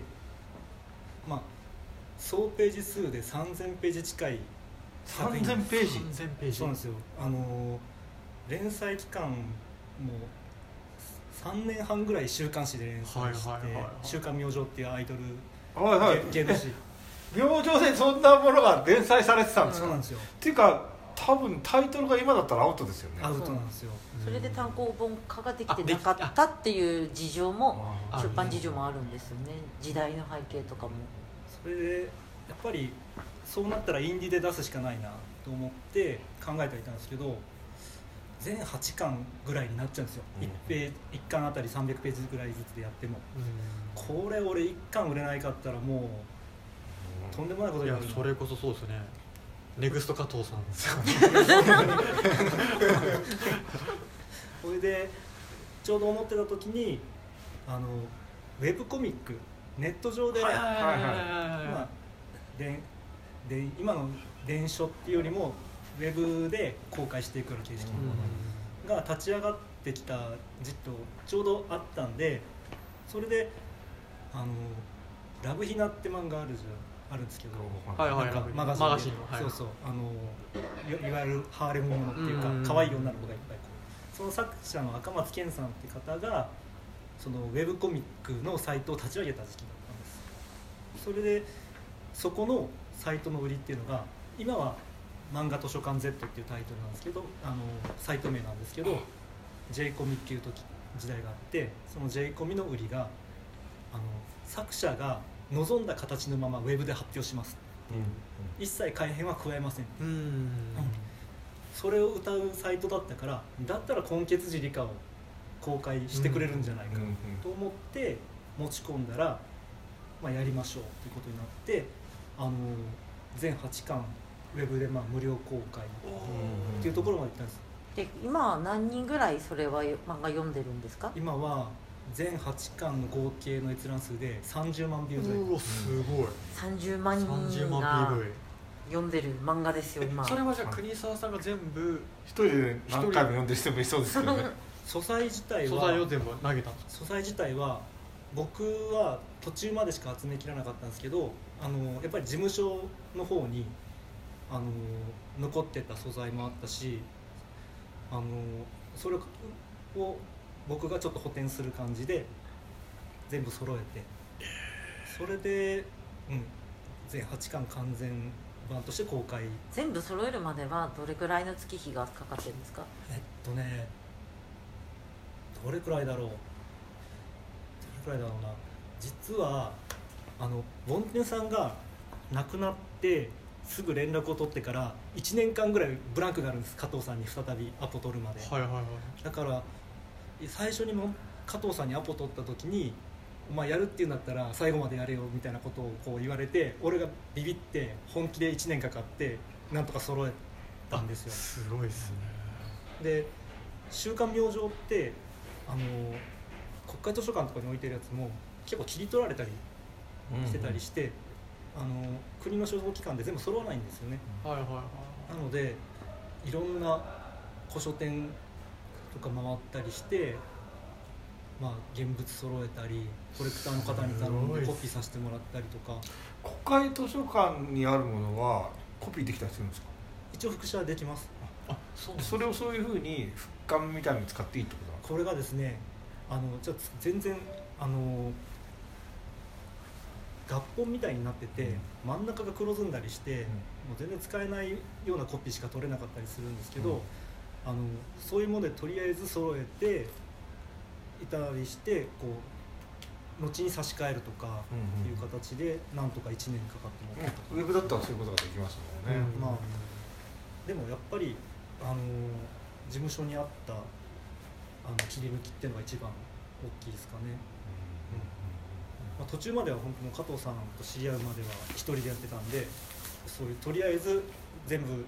F: まあ総ページ数で3000ページ近い作品
B: 3000ページ
A: 3000ページ
F: そうなんですよあのー連載期間も3年半ぐらい週刊誌で連載して「
A: はいはいはいはい
F: 週刊明星」っていうアイドル
B: はい はい
F: 系の誌
B: 明星でそんなものが連載されてたんです
F: そう
B: か
F: なん
B: っ
F: ですよ
B: ていうか多分タイトルが今だったらアウトですよね
F: アウトなんですよ
D: それで単行本化ができてなかったっていう事情も
F: あ
D: 出版事情もあるんですよね時代の背景とかも
F: それでやっぱりそうなったらインディで出すしかないなと思って考えてはいたんですけど全8巻ぐらいになっちゃうんですよ、
B: うん
F: 一ページ一巻あたり300ページぐらいずつでやってもこれ俺1巻売れないかったらもうとんでもないこと
A: い
F: に
A: や
F: なるな
A: それこそそうですよねネクスト加藤さんです
F: それでちょうど思ってた時にあのウェブコミックネット上で、まあ、でで今の電書っていうよりもウェブで公開していくような形式が立ち上がってきた時期とちょうどあったんでそれで「あのラブヒナ」って漫画あるじゃんあるんですけど
A: はいはい
F: なんかマガジンで
A: マガジンのはい
F: そうそうあのいいわゆるハーレムものっていうか
A: うん
F: 可愛い女の子がいっぱいこうその作者の赤松健さんって方がそのウェブコミックのサイトを立ち上げた時期だったんですそれでそこのサイトの売りっていうのが今は「漫画図書館 Z」っていうタイトルなんですけどあのサイト名なんですけど J コミっていう時時代があってその J コミの売りがあの作者が望んだ形のままウェブで発表します一切改変は加えません
A: うん
F: それを歌うサイトだったからだったら根血寺理科を公開してくれるんじゃないかと思って持ち込んだら、まあ、やりましょうということになってあの全8巻ウェブでまあ無料公開っていうところまで行ったんです
D: で今は何人ぐらいそれは漫画読んでるんですか
F: 今は全8巻の合計の閲覧数で30万ビュー台
A: うわすごい
D: 30万
A: 30
D: 人
A: 万
D: が
A: PV
D: 読んでる漫画ですよ今
A: それはじゃあ国沢さんが全部
B: 一人で何回も読んでる人もいそうですけ どね
F: 素材自体
A: 素材を
F: は
A: 全部投げたんです
F: 素材自体は僕は途中までしか集めきらなかったんですけどあのやっぱり事務所の方にあの残ってた素材もあったしあのそれを僕がちょっと補填する感じで全部揃えてそれで、うん、全8巻完全版として公開
D: 全部揃えるまではどれくらいの月日がかかってるんですか
F: えっとねどれくらいだろうどれくらいだろうな実はあのボンテンさんが亡くなってすぐ連絡を取ってから1年間ぐらいブランクがあるんです加藤さんに再びアポ取るまで、
A: はいはいはい
F: だから最初にも加藤さんにアポ取った時に「お前やるって言うんだったら最後までやれよ」みたいなことをこう言われて俺がビビって本気で1年かかってなんとか揃えたんですよ
A: すごいっすね
F: で「週刊明星」ってあの国会図書館とかに置いてるやつも結構切り取られたりしてたりして、あの国の所蔵機関で全部揃わないんですよね
A: はいはいはい
F: なのでいろんな古書店とか回ったりして、まあ、現物揃えたりコレクターの方に頼ん
A: すごい
F: で
A: っす
F: コピーさせてもらったりとか
B: 国会図書館にあるものはコピーできたりするんですか
F: 一応複写はできます
A: あそう
B: それをそういうふうに復刊みたいに使っていいってことなんですか
F: これがですねあのちょっと全然あの合本みたいになってて、
B: うん
F: 真ん中が黒ずんだりし
B: ん
F: て、もう全然使えないようなコピーしか取れなかったりするんですけ
B: う
F: ど、
B: ん
F: あのそういうものでとりあえず揃えていたりしてこう後に差し替えるとか
B: うんうん
F: いう形で、なんとか1年かかってもらったとか、
B: ウェブだったらそういうことができますもんね、
F: まあでもやっぱりあの事務所にあったあの切り抜きっていうのが一番大きいですかね、まあ、途中までは本当もう加藤さんと知り合うまでは一人でやってたんでそういうとりあえず全部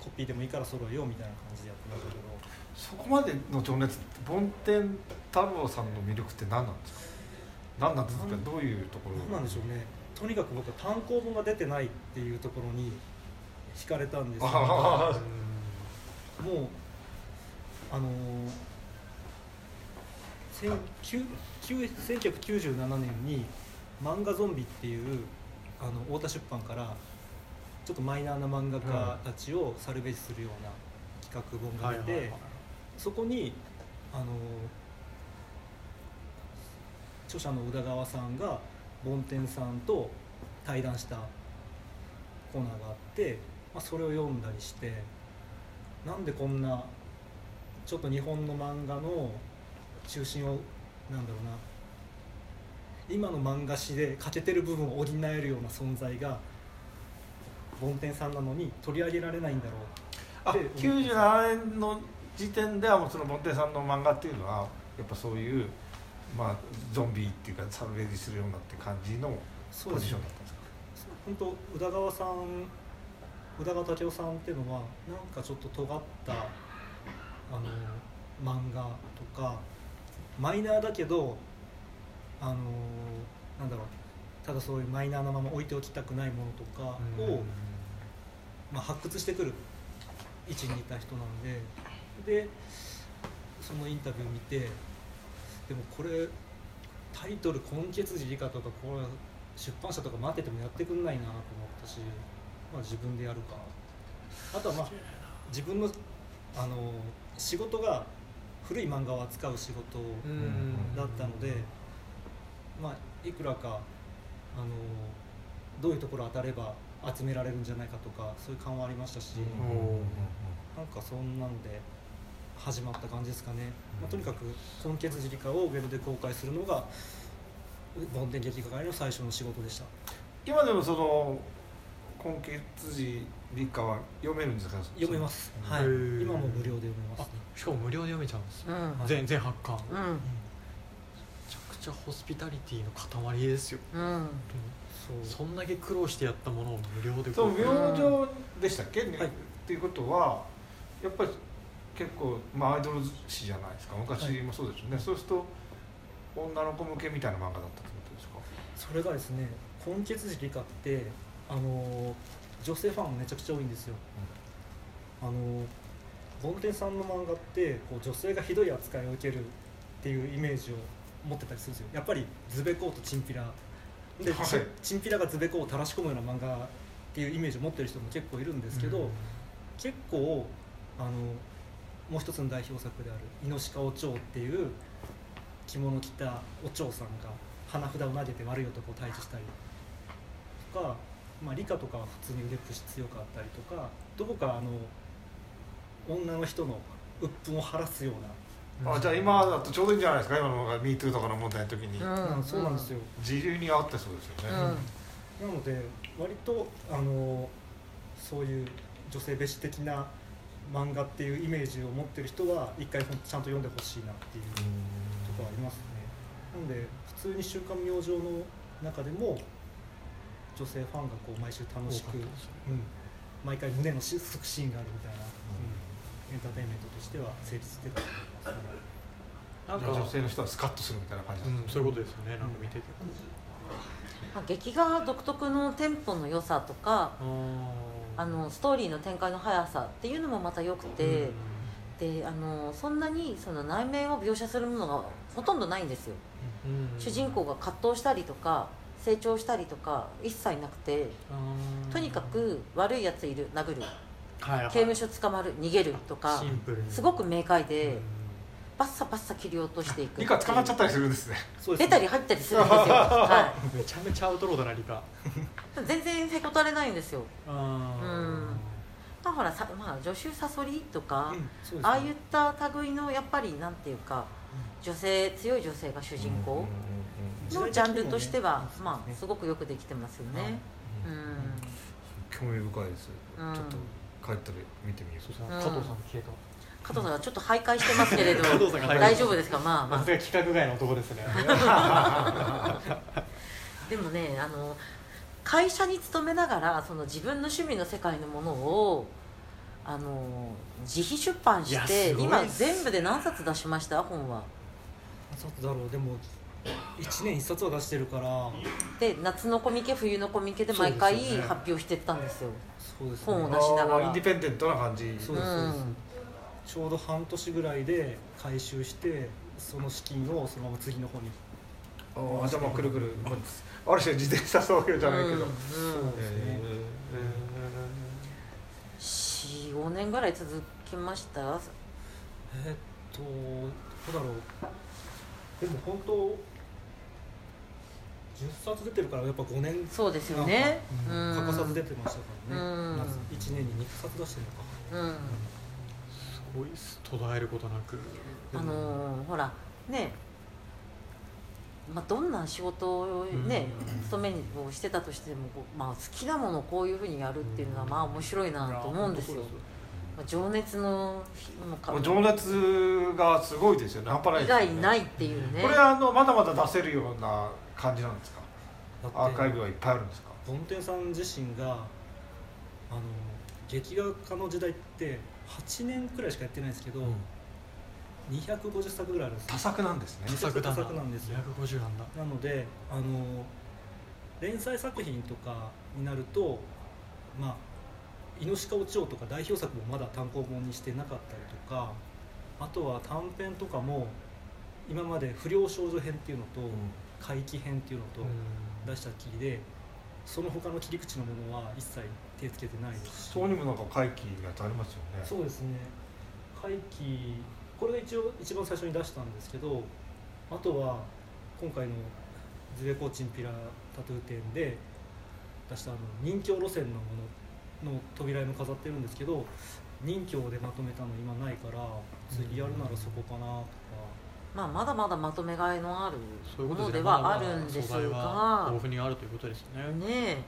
F: コピーでもいいから揃えようみたいな感じでやってましたけど
B: そこまでの情熱って梵天太郎さんの魅力って何なんですか何なんですかどういうところ
F: 何なんでしょうねとにかく僕は単行本が出てないっていうところに惹かれたんですよ
B: あ あ
F: もうあのー、19 1997年に「漫画ゾンビ」っていうあの太田出版からちょっとマイナーな漫画家たちをサルベージするような企画本
A: はい
F: が
A: は
F: 出
A: い
F: て、
A: はい
F: そこにあのー著者の宇田川さんが梵天さんと対談したコーナーがあって、まあ、それを読んだりしてなんでこんなちょっと日本の漫画の中心をなんだろうな今の漫画誌で欠けてる部分を補えるような存在が梵天さんなのに取り上げられないんだろ
B: あ
F: で
B: 97年の時点ではもうその梵天さんの漫画っていうのはやっぱそういう、まあ、ゾンビっていうかサルベージするようなって感じの
F: うそ
B: ポジションだったんですか
F: 本当宇田川さん宇田川武雄さんっていうのはなんかちょっと尖ったあの漫画とかマイナーだけどあのなんだろうただそういうマイナーなまま置いておきたくないものとかを、まあ、発掘してくる位置にいた人なんででそのインタビュー見てでもこれタイトル「根血時理科」とかこれ出版社とか待っててもやってくんないなと思ったし、まあ、自分でやるかあとはまあ自分のあの仕事が古い漫画を扱う仕事
B: ん
F: だったので、まあ、いくらかあのどういうところ当たれば集められるんじゃないかとかそういう感はありましたし、
B: うんうんうんうん
F: なんかそんなので始まった感じですかね、まあ、とにかく「根血尻科」をウェブで公開するのが梵天劇画界の最初の仕事でした
B: 今でもその根血児理科は読めるんですか
F: 読めます、
B: うん
F: はい
G: へー
F: 今も無料で読めますね
G: しかも無料で読めちゃうんです
D: うんうん
G: 全全発刊め
D: うん
G: ちゃくちゃホスピタリティの塊ですよ
D: うん
F: そ
G: そ
F: う
G: んだけ苦労してやったものを無料で
B: そう
G: 公
B: 明
G: 開
B: 星でしたっけ、ね
F: はい
B: っていうことはやっぱり結構、まあ、アイドル誌じゃないですか昔もそうですよね、そうすると女の子向けみたいな漫画だったってことですか
F: それがですね「根血尻科」ってあの女性ファンめちゃくちゃ多いんですよ、あの梵天さんの漫画ってこう女性がひどい扱いを受けるっていうイメージを持ってたりするんですよやっぱりズベコーとチンピラで、
B: はい
F: チンチンピラがズベコーを垂らし込むような漫画っていうイメージを持ってる人も結構いるんですけど、結構あのもう一つの代表作である「猪鹿お蝶」っていう着物着たお蝶さんが花札を投げて悪い男を退治したりとか、まあ、理科とかは普通に腕っぷし強かったりとかどこかあの女の人の鬱憤を晴らすような
B: あじゃあ今だとちょうどいいんじゃないですか今の「MeToo」とかの問題の時に、
D: うん
F: そうなんですよ、
B: 自由にあってそうですよ
D: う
B: ね、
D: ん
F: なので割とあのそういう女性蔑視的な漫画っていうイメージを持ってる人は一回ほんとちゃんと読んでほしいなっていうとこはありますねなので普通に「週刊明星」の中でも女性ファンがこう毎週楽しく、うん、毎回胸のしすくシーンがあるみたいな、うんエンターテインメントとしては成立してたと思いますね
G: なんか
B: 女性の人はスカッとするみたいな感じだった
G: うんそういうことですよねなんか見てて
D: まあ劇画独特のテンポの良さとかあのストーリーの展開の速さっていうのもまた良くて、であのそんなにその内面を描写するものがほとんどないんですよ、主人公が葛藤したりとか成長したりとか一切なくてとにかく悪いやついる殴る
G: 刑
D: 刑務所捕まる逃げるとか
G: シンプルに
D: すごく明快で、
G: うん
D: バッサバッサ切り落としていく
B: 理科捕まっちゃったりするんですね
F: そう
D: 出
F: ですね
D: たり入ったりするんですよ、は
G: めちゃめちゃアウトローだな理科
D: い、全然へこたれないんですよ
G: あ
D: まあほらさ、まあ、女囚サソリとか、
F: うんそうですね
D: ああいった類のやっぱりなんていうか女性強い女性が主人公、のジャンルとしては、まあ、すごくよくできてますよね。うん、
B: 興味深いです、
D: うん
B: ちょっと帰ったら見てみよう
G: そうさ
D: ん
G: 加藤さん消えた
D: 加藤さんがちょっと徘徊してますけれど
G: 加藤さんが徘徊
D: 大丈夫ですか、まあ
G: ま
D: ま
G: さが規格外の男ですね
D: あ、でもねあの会社に勤めながらその自分の趣味の世費のものをあの自費出版
G: い
D: し
G: や
D: て
G: すごいっ
D: 今
G: す
D: 全部で何冊出しました本は
F: ちょっとだろうでも1年1冊は出してるから
D: で夏のコミケ冬のコミケで毎回
F: そうですよね
D: 発表してったんですよ
F: そうです
D: 本を
F: ね
D: 出しなが
B: あーイン
D: ら
B: ディペンデントな感じ
F: そうですそうですちょうど半年ぐらいで回収してその資金をそのまま次の方に
B: ああじゃあまあくるくるある種自転車操業じゃないけど、
D: うんうん
F: そうですね
D: 45年ぐらい続きました
F: えーっとどうだろうでも本当10冊出てるからやっぱ5年
D: そうですよね
F: 欠かさず
D: で
F: 出てましたからね
D: うん
F: 1年に2冊出してるのか
D: うん
A: ボイス途絶えることなく
D: あのーほらねまあ、どんな仕事をね、勤めをしてたとしても、こうまあ、好きなものをこういうふうにやるっていうのはまあ面白いなと思うんですよ、まあ、情熱のもうか
B: もう情熱がすごいですよね半端ない
D: 以
B: ですよね
D: 外ないっていうね
B: これあのまだまだ出せるような感じなんですかアーカイブはいっぱいあるんですか
F: 梵天さん自身があの劇画家の時代って8年くらいしかやってないんですけど、250作ぐらいあるんですよ
B: 多作なんですね
F: 多作多作なんですよ
A: 250なんだ
F: なのであの連載作品とかになるとまあ「イノシカ落ちよう」とか代表作もまだ単行本にしてなかったりとかあとは短編とかも今まで「不良少女編」っていうのと「怪奇編」っていうのと出したっきりでその他の切り口のものは一切手つけてないですし
B: そこにもなんか会期のやつありますよね
F: そうですね会期これが一応一番最初に出したんですけどあとは今回の「ズベコチンピラタトゥー展」で出したあの任侠路線のものの扉絵も飾ってるんですけど任侠でまとめたの今ないから次やるならそこかなとか、
D: まあ、まだまだまとめ買いのある
G: そういう
D: も
G: こと
D: の
G: で
D: で
G: まだま
D: は
G: だ
D: あるんです
G: 素材は
D: が
G: 豊富にあるということですよね
D: ねえ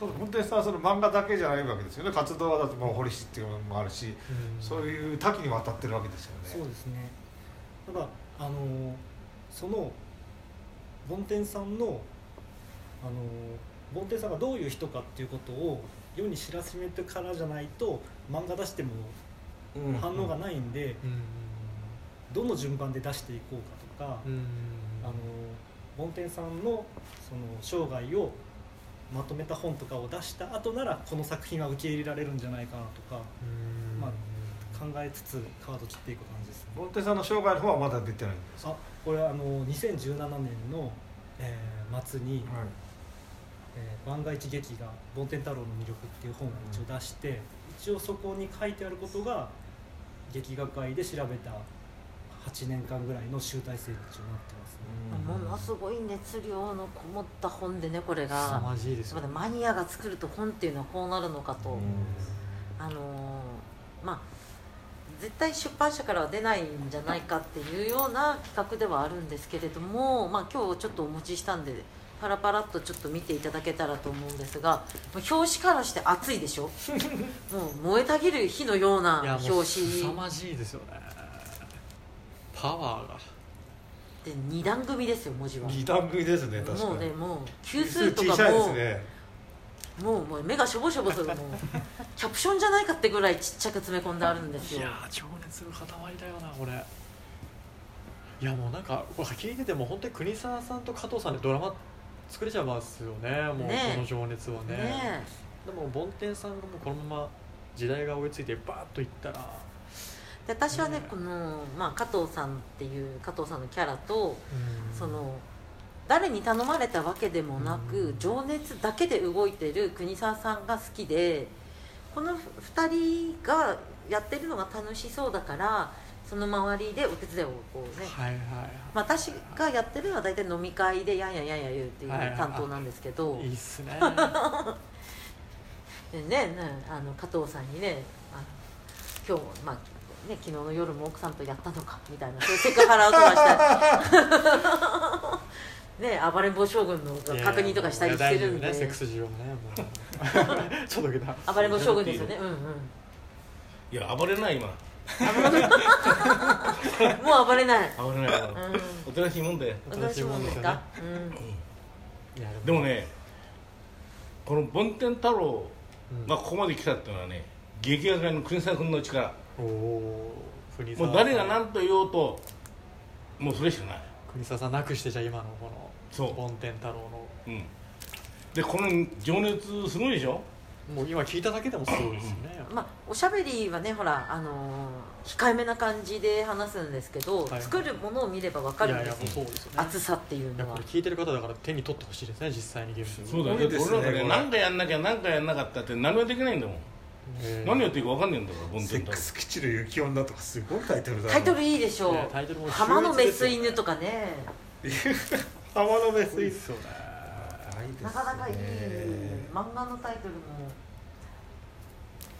B: ただ本当にさその漫画だけじゃないわけですよね活動はだってもう堀市っていうのもあるし、そういう多岐にわたってるわけですよね
F: そうですねただあのその梵天さんのあの梵天さんがどういう人かっていうことを世に知らしめてからじゃないと漫画出しても
B: うん
F: 反応がないんで、
A: うん
F: どの順番で出していこうかとか、
A: うん
F: あの梵天さんのその生涯をまとめた本とかを出した後ならこの作品は受け入れられるんじゃないかなとか
A: うん
F: まあ考えつつカード切っていく感じですね。
B: モンテさんの生涯の方はまだ出てないんです
F: あこれはあの2017年の、えー末に、
B: はい
F: えー万が一劇が「梵天太郎の魅力」っていう本を一応出して、一応そこに書いてあることが劇画界で調べた8年間ぐらいの集大成に一応なってますね、
D: ものすごい熱量のこもった本でねこれ
A: 凄
D: が
A: まじいですよ
D: まだ
A: ね
D: マニアが作ると本っていうのはこうなるのかと、あのーまあ絶対出版社からは出ないんじゃないかっていうような企画ではあるんですけれども、まあ、今日ちょっとお持ちしたんでパラパラっとちょっと見ていただけたらと思うんですがもう表紙からして熱いで しょもう燃えたぎる火のよう
G: い
D: な
G: や
D: 表
G: もう
D: 紙
G: 凄まじいですよねパワーが
D: で2段組ですよ文字は
B: 二段組ですね確かに
D: もうねもう級
B: 級
D: 数
B: 数
D: と
B: 小
D: か
B: さいで
D: も
B: すね
D: もうもう目がしょぼしょぼするもうキャプションじゃないかってぐらいちっちゃく詰め込んであるんです
G: い
D: よ
G: やー情熱の塊だよなこれいやもうなんかこれ聞いてても本当に国沢さんと加藤さんでドラマ作れちゃいますよねもう
D: ねえ
G: この情熱はね
D: ね
G: でも梵天さんがもうこのまま時代が追いついてバーッといったら
D: えで私はね
G: ねえ
D: この、まあ、加藤さんっていう加藤さんのキャラとその誰に頼まれたわけでもなく、情熱だけで動いてる国沢さんが好きでこの2人がやってるのが楽しそうだからその周りでお手伝いをこうね、
G: はいはいは
D: まあ私がやってるのは大体飲み会でやんやんやんや言うっていう
G: はいはい
D: 担当なんですけど、
G: いいいっす ねは
D: でねねあの加藤さんにねあの今日、まあね、昨日の夜も奥さんとやったのかみたいなそういうセクハラをとか したりね暴れん坊将軍の
G: い
D: 確認とかしたりし
G: いやいや大
D: てるん
G: 丈夫ねセ
D: で
G: ックス需要もねも うちょっとだけだ
D: 暴れん坊将軍ですよねうんうん
E: いや暴れない今
D: もう暴れない
E: 暴れ
D: う
E: ない暴れ ない
D: ん
E: おとなしいもんで
D: 私もんですか、
G: いや
E: でもねこの梵天太郎がここまで来たっていうのはね劇画界の国沢君の力
G: おおー国沢
E: もう
G: さん
E: 誰が何と言おうともうそれしかない
G: 国沢さんなくしてじゃあ今のこの
E: そう
G: 梵天太郎の
E: うんでこの情熱すごいでしょ
G: もう今聞いただけでもすごいですよね
D: まあ、おしゃべりはねほら、あのー控えめな感じで話すんですけど、
G: いはい
D: 作るものを見ればわか
G: い
D: るん
G: やい
D: で
G: やも
D: す
G: うそうですよね
D: 熱さっていう
G: いや
D: の
G: こ
D: は
G: れ聞いてる方だから手に取ってほしいですね実際にゲーム
E: そうだよ、
B: すごい
E: だ
B: で
E: って
B: す
E: 俺
B: ね
E: なんかね
B: これ
E: 何かやんなきゃ何かやんなかったって何もできないんだもん、
G: えー
E: 何やっていいか分かんないんだから梵
B: セ
E: 天
B: ッ
E: 太
B: ク
E: 郎
B: ス基地の雪女とかすごいタイトルだな
D: タイトルいいでしょう
G: ねタイトルも秀逸ですよね
D: 浜のメス犬とかね
B: 浜の目
G: すごい
B: 水
G: で
B: 産
G: すよね
B: ないですね
D: なかなかいい漫画のタイトルも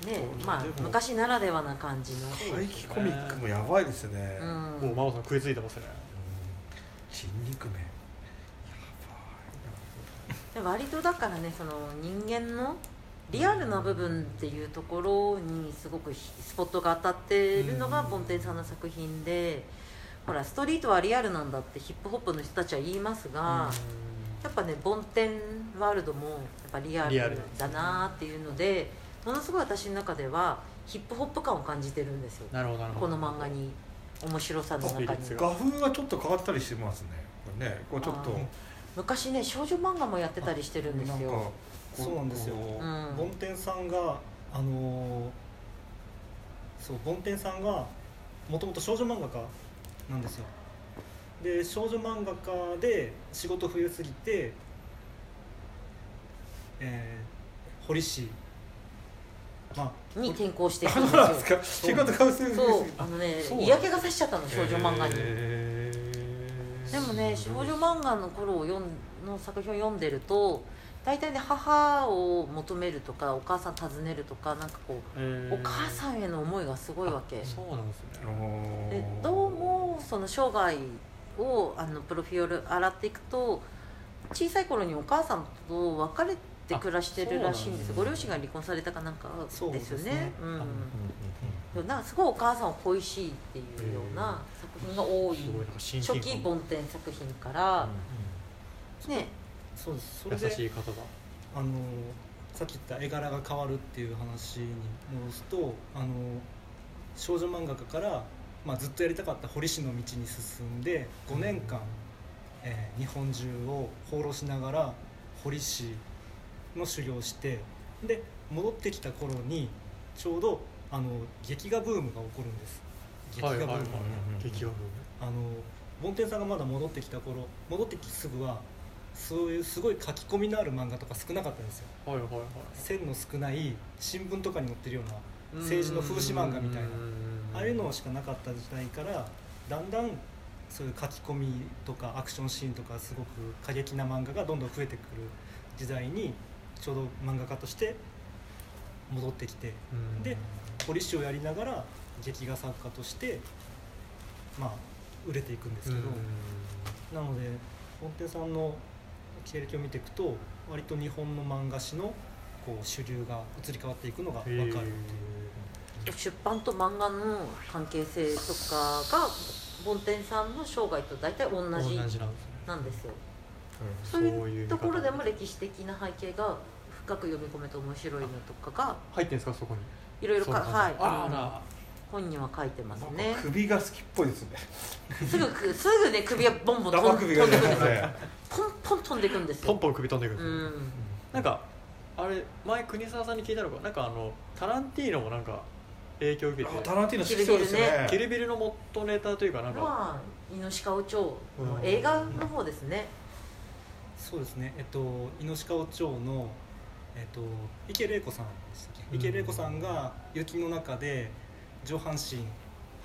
D: ねまあ
B: でも
D: 昔ならではな感じの
B: 怪奇コミックもやばいですね、
D: う
G: もうん真央さん食いついてますね
B: 人肉麺や
D: で割とだからねその人間のリアルな部分っていうところにすごくひスポットが当たってるのが梵天さんの作品でほらストリートはリアルなんだってヒップホップの人たちは言いますがやっぱね梵天ワールドもやっぱリア
G: リア
D: ル
G: ル
D: だなっていうのでものすごい私の中ではヒップホップ感を感じてるんですよ
G: なるほどなるほ
D: こ
G: ど
D: の漫画に面白さの中に
G: あいいですよ
B: ばい画風がちょっと変わったりしてますねこれねこれちょっと
D: あ昔ね少女漫画もやってたりしてるんです
B: なん
D: よ
B: かこ
F: そうなんですよ
B: こ
D: うん
F: 梵天さんがあのーそう梵天さんがもともと少女漫画家なんですよで少女漫画家で仕事増えすぎて、えー、堀市まあ
D: に転校していく
B: そ
D: ん
B: う
D: です
B: なん
D: よ
B: ですか仕事変わすぎ
D: そうあのね
G: そうなんだ
D: 嫌気がさしちゃったの少女漫画に、
B: へー
D: でもね少女漫画の頃を読んの作品を読んでると大体ね母を求めるとかお母さん訪ねるとかなんかこう、お母
G: ん
D: さんへの思いがすごいわけ
G: そうなんですね
D: でどうもその生涯をあのプロフィール洗っていくと小さい頃にお母さんと別れて暮らしてるらしい
G: あそうなん
D: んです
G: ですね
D: ご両親が離婚されたかなんかですよね
F: そうですね
D: うん
G: あ
D: でもなんかすごいお母さんを恋しいっていうような作品が多い
G: すごいなんか親
D: 初
G: 近
D: 期
G: 感
D: 梵天作品から、ね
F: そうですそれ
G: 優
F: で
G: しい方だ
F: あのさっき言った絵柄が変わるっていう話に戻すとあの少女漫画家から、まあ、ずっとやりたかった堀市の道に進んで5年間、えー日本中を放浪しながら堀市の修行をしてで戻ってきた頃にちょうどあの劇画ブームが起こるんです劇画
G: は
F: ブ
G: い
F: ー
G: は
F: ム
G: いはい
B: 劇
G: 劇
B: 画
G: 画
F: あの梵天さんがまだ戻ってきた頃戻ってきてすぐはそういうすごい書き込みのある漫画とか少なかったんですよ
G: はいはいはい
F: 線の少ない新聞とかに載ってるような政治の風刺漫画みたいなああいうのしかなかった時代からだんだんそういう書き込みとかアクションシーンとかすごく過激な漫画がどんどん増えてくる時代にちょうど漫画家として戻ってきて
G: うん
F: で彫り師をやりながら劇画作家としてまあ売れていくんですけど。なので本店さんの経歴を見ていくと割と日本の漫画誌のこう主流が移り変わっていくのが分かる、
D: 出版と漫画の関係性とかが梵天さんの生涯と大体同
G: 同じ
D: じ
G: なんですね
D: なんですよ
G: そ
D: そうう
G: い
D: いうう
G: 見
D: と
G: 方
D: ころでも歴史的な背景が深く読み込めて面白いのとかが
G: 入ってんですかそこに
D: いろいろ
G: そう
D: か
G: なんです
D: はい
G: あ
D: あの
G: ら
D: 本には書いてますね
B: なんか首が好きっぽいですね
D: すぐくすぐね首がボンボン
B: 生
D: 飛ん飛ん
B: 首
D: で
B: が
D: く
B: 出
D: んです
B: ます
D: よ
B: ね
D: ポンポン飛んでくんです
G: ポン
D: よ
G: ポン首飛んでくるん
D: う
G: ですよ
D: ん
G: なんかあれ前国沢さんに聞いたのかなんかあのタランティーノもなんか影響を受け
B: あ
G: て
B: タランティーノ好きそうですよね
G: キルビルの元ネタというかなんか
D: まあ猪鹿尾町の映画の方ですね
F: そうですねえっと猪鹿尾町の、えっと、池玲子さんでしたっけ
G: うん
F: 池玲子さんが雪の中で上半身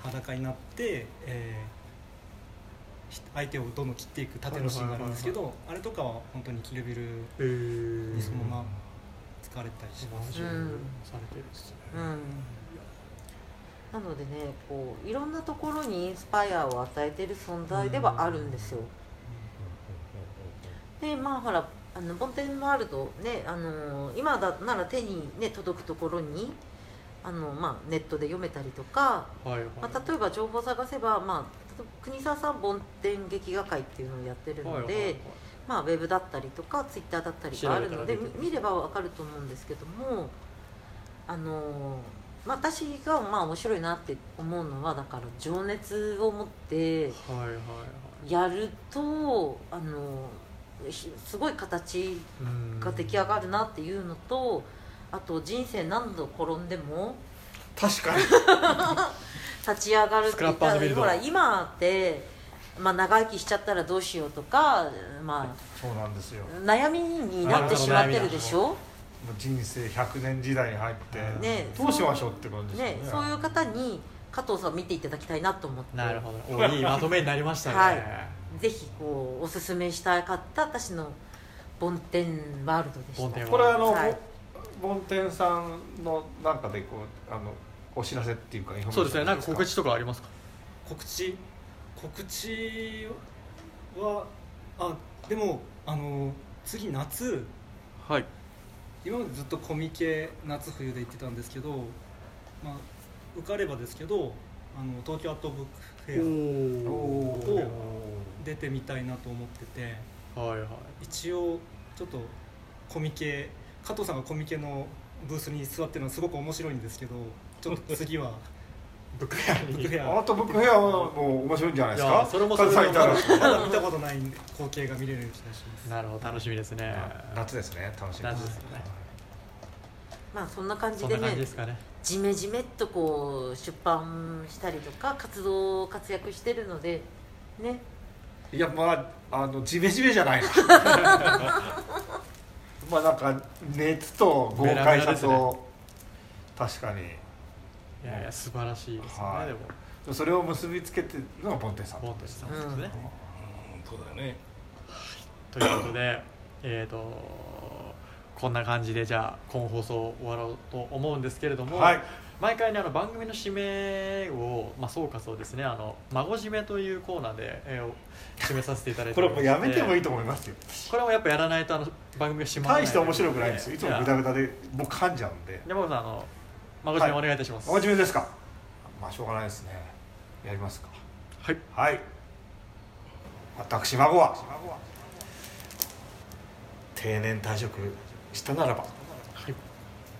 F: 裸になって、えーひ相手をどんどん切っていく縦のシーンがあるんですけど、あれとかは本当にキルビル
G: へー
F: にそのまま使われたりします、
G: マジでされてるんですね
D: うんなのでねこういろんなところにインスパイアを与えてる存在ではあるんですよ。でまあほらあの梵天ワールドね、あのー今だなら手に、ね、届くところにあの、まあ、ネットで読めたりとか、
G: はいはい
D: まあ、例えば情報を探せば、まあ、国沢さん梵天劇画会っていうのをやってる
G: はい
D: ので、
G: はいはい
D: まあ、ウェブだったりとかツイッターだったりがあるの
G: 調べた
D: で
G: ら出てくる
D: み見ればわかると思うんですけどもあのーまあ私がまあ面白いなって思うのはだから情熱を持って
G: はいはいはい
D: やるとあのーひすごい形
G: うん
D: が出来上がるなっていうのとあと人生何度転んでも
B: 確かに
D: 立ち上がるって言っ
G: スクラッ
D: た
G: プビル
D: ら
G: ド
D: ほら今って、まあ、長生きしちゃったらどうしようとか、ま
B: そうなんですよ
D: あ、悩みになってしまってるでしょ。
B: もう人生100年時代に入って、
D: ね
B: どうしましょうって感じですよ
D: ね
B: ね、
D: そういう方に加藤さんを見ていただきたいなと思って
G: なるほどおいいまとめになりましたね
D: はいぜひこうおすすめしたかった私の梵天ワールドでした
G: 梵天ワールド
B: これあの、
D: はい
B: 梵天さんのなんかでこうあのお知らせっていうかインフォメーション
A: そうですねなんか告知とかありますか
F: 告知告知はあでもあの次夏
A: はい
F: 今までずっとコミケ夏冬で行ってたんですけど、まあ、受かればですけどあの東京アットブックフェ
B: おお
F: とア出てみたいなと思ってて
A: はいはい
F: 一応ちょっとコミケ加藤さんがコミケのブースに座ってるのはすごく面白いんですけどちょっと次は
A: ブックフェア
F: ブックフ
A: に
F: ェ
B: あ
F: ア
B: なたブックフェアはもう面白いんじゃないです
A: い
B: か
A: やそれもそれで
B: カズさんいたら
F: まだ見たことない光景が見れるような気がします。
A: なるほど楽しみですね
B: 夏ですね楽しみ
A: 夏ですね
D: まあそんな感じ
A: そん
D: で
A: な感
D: ね
A: じですかね
D: ジメジメっとこう出版したりとか活動活躍してるのでね
B: いやまああのジメジメじ ゃないなまあなんか熱と豪
A: ベ
B: 快さ
A: ラベラですね
B: と確かに
A: いやいや素晴らしいですよ
B: は
A: ね
B: い
A: でも
B: それを結びつけてるのがボンテンさん
A: モンテさんですね
E: うんそうだね
A: ということでえっとこんな感じでじゃあ今放送終わろうと思うんですけれども
B: はい
A: 毎回ねあの番組の締めを、まあ、総括をですね「あの孫締め」というコーナーで、えーお締めさせていただいて
B: これもうやめてもいい
A: い
B: と思いますよ
A: これもやっぱやらないとあの番組が締まらない
B: 大して面白くないんですよいつもグダ
A: グ
B: グダで僕噛んじゃうんで
A: ダ山本さんあの孫締めお願いいたします
B: お
A: はい、
B: 真面目ですかまあしょうがないですねやりますかはい私孫は定年退職したならば、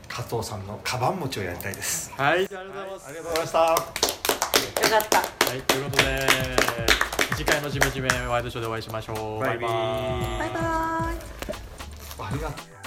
B: 加藤さんのカバン持ちをやりたいです
A: はい、じゃあありがとうございます、
B: ありがとうございました
D: よかった
A: はい、ということで次回の「ジメジメワイドショー」でお会いしましょう
B: バイビー
A: バイバーイ
D: バイバ
B: あ
D: ーイ
B: りがとう